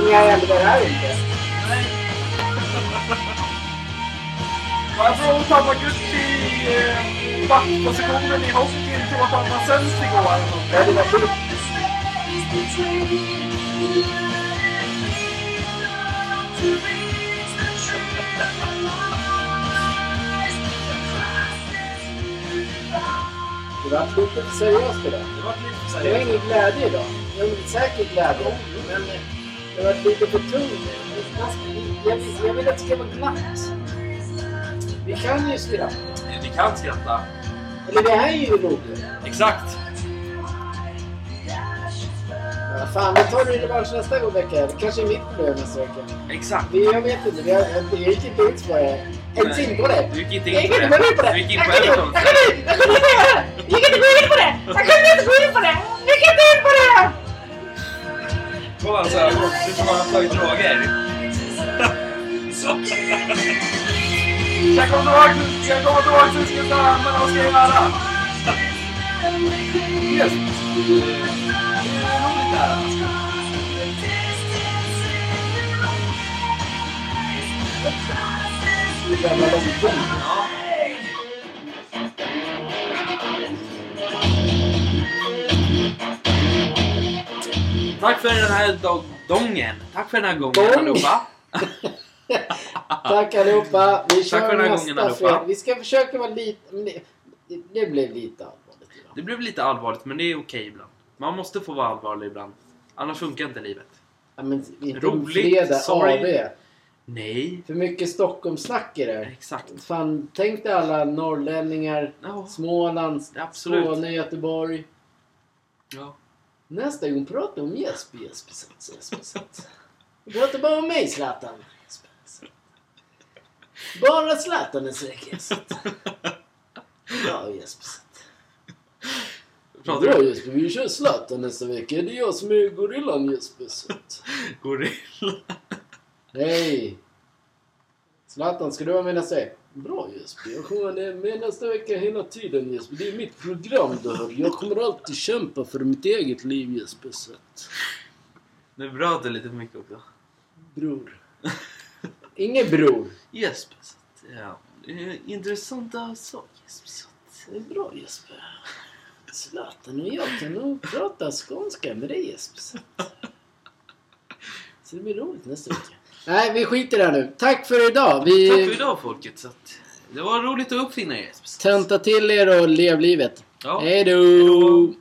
Inga älvar här inte. Jag tror hon tappade Gucci eh, backpositionen i hockeyn till vårt andra sämst igår. Ja, det var sjukt. Det var lite för seriöst idag. Det var lite Det var seriöst. ingen glädje idag. Det var säkert glädje. Men det var lite för tungt. Jag, vill- jag vill att det ska vara glatt. Vi kan ju skratta. Vi kan skratta. Eller det här är ju roligt. Exakt! Ja, fan, vi tar det i revansch nästa gång, vecka. Det kanske är mitt problem nästa vecka. Exakt! Det, jag vet inte. Jag, jag, jag gick inte ut på det. Ens Nej. in på det. Du gick inte Jag in gick på inte gå in på det. det. Du gick in Jag på kunde Everton. inte- jag kunde inte- jag kunde inte göra det. Jag gick inte gå in på det. Jag kunde inte gå in på det. Jag kunde inte gå in på det. Kolla hans ögon, det ser ut som han har tagit droger. Så. Jag kommer ihåg, jag kommer ihåg syskonsdagen, men vad ska jag göra? Yes. Det är roligt det här. Jävla lång tid. Ja. Tack för den här do- dongen. Tack för den här gången Dong. allihopa. Tack allihopa. Vi kör Tack för den här nästa gången, allihopa. fredag. Vi ska försöka vara lite... men det- Det blev lite allvarligt idag. Det blev lite allvarligt men det är okej ibland. Man måste få vara allvarlig ibland. Annars funkar inte livet. Ja, men inte Roligt, fredag sorry. AB. Nej, För mycket Stockholmssnack i det. exakt. Fan, tänk dig alla norrlänningar, Ja, Småland, Absolut. Skåne, Göteborg. ja. Nästa gång pratar vi om Jesper Jespersens Jespersens. Vi pratar bara om mig Zlatan. Jespersens. Bara Zlatan är säkerst. Ja, Jespersens. Pratar Bra du Jesper, vi kör Zlatan nästa vecka. Det är jag som är gorillan Jespersens. gorilla? Nej! Zlatan, ska du vara med nästa vecka? Bra Jesper, jag kommer vara med nästa vecka hela tiden Jesper. Det är mitt program du hör. Jag kommer alltid kämpa för mitt eget liv Jesper. Så att, Nu bröt det lite för mycket också. bror. Ingen bror. Jesper. så att, Ja. Eh, Intressanta saker. Jesper. så att- Det är bra Jesper. Zlatan och jag kan nog prata skånska med dig Jesper. Så att- Så det blir roligt nästa vecka. Nej, vi skiter i det här nu. Tack för idag. Vi Tack för idag folket. Så att, det var roligt att uppfinna er, Jesper. tenta till er och lev livet. Ja. Hej då! Hej då.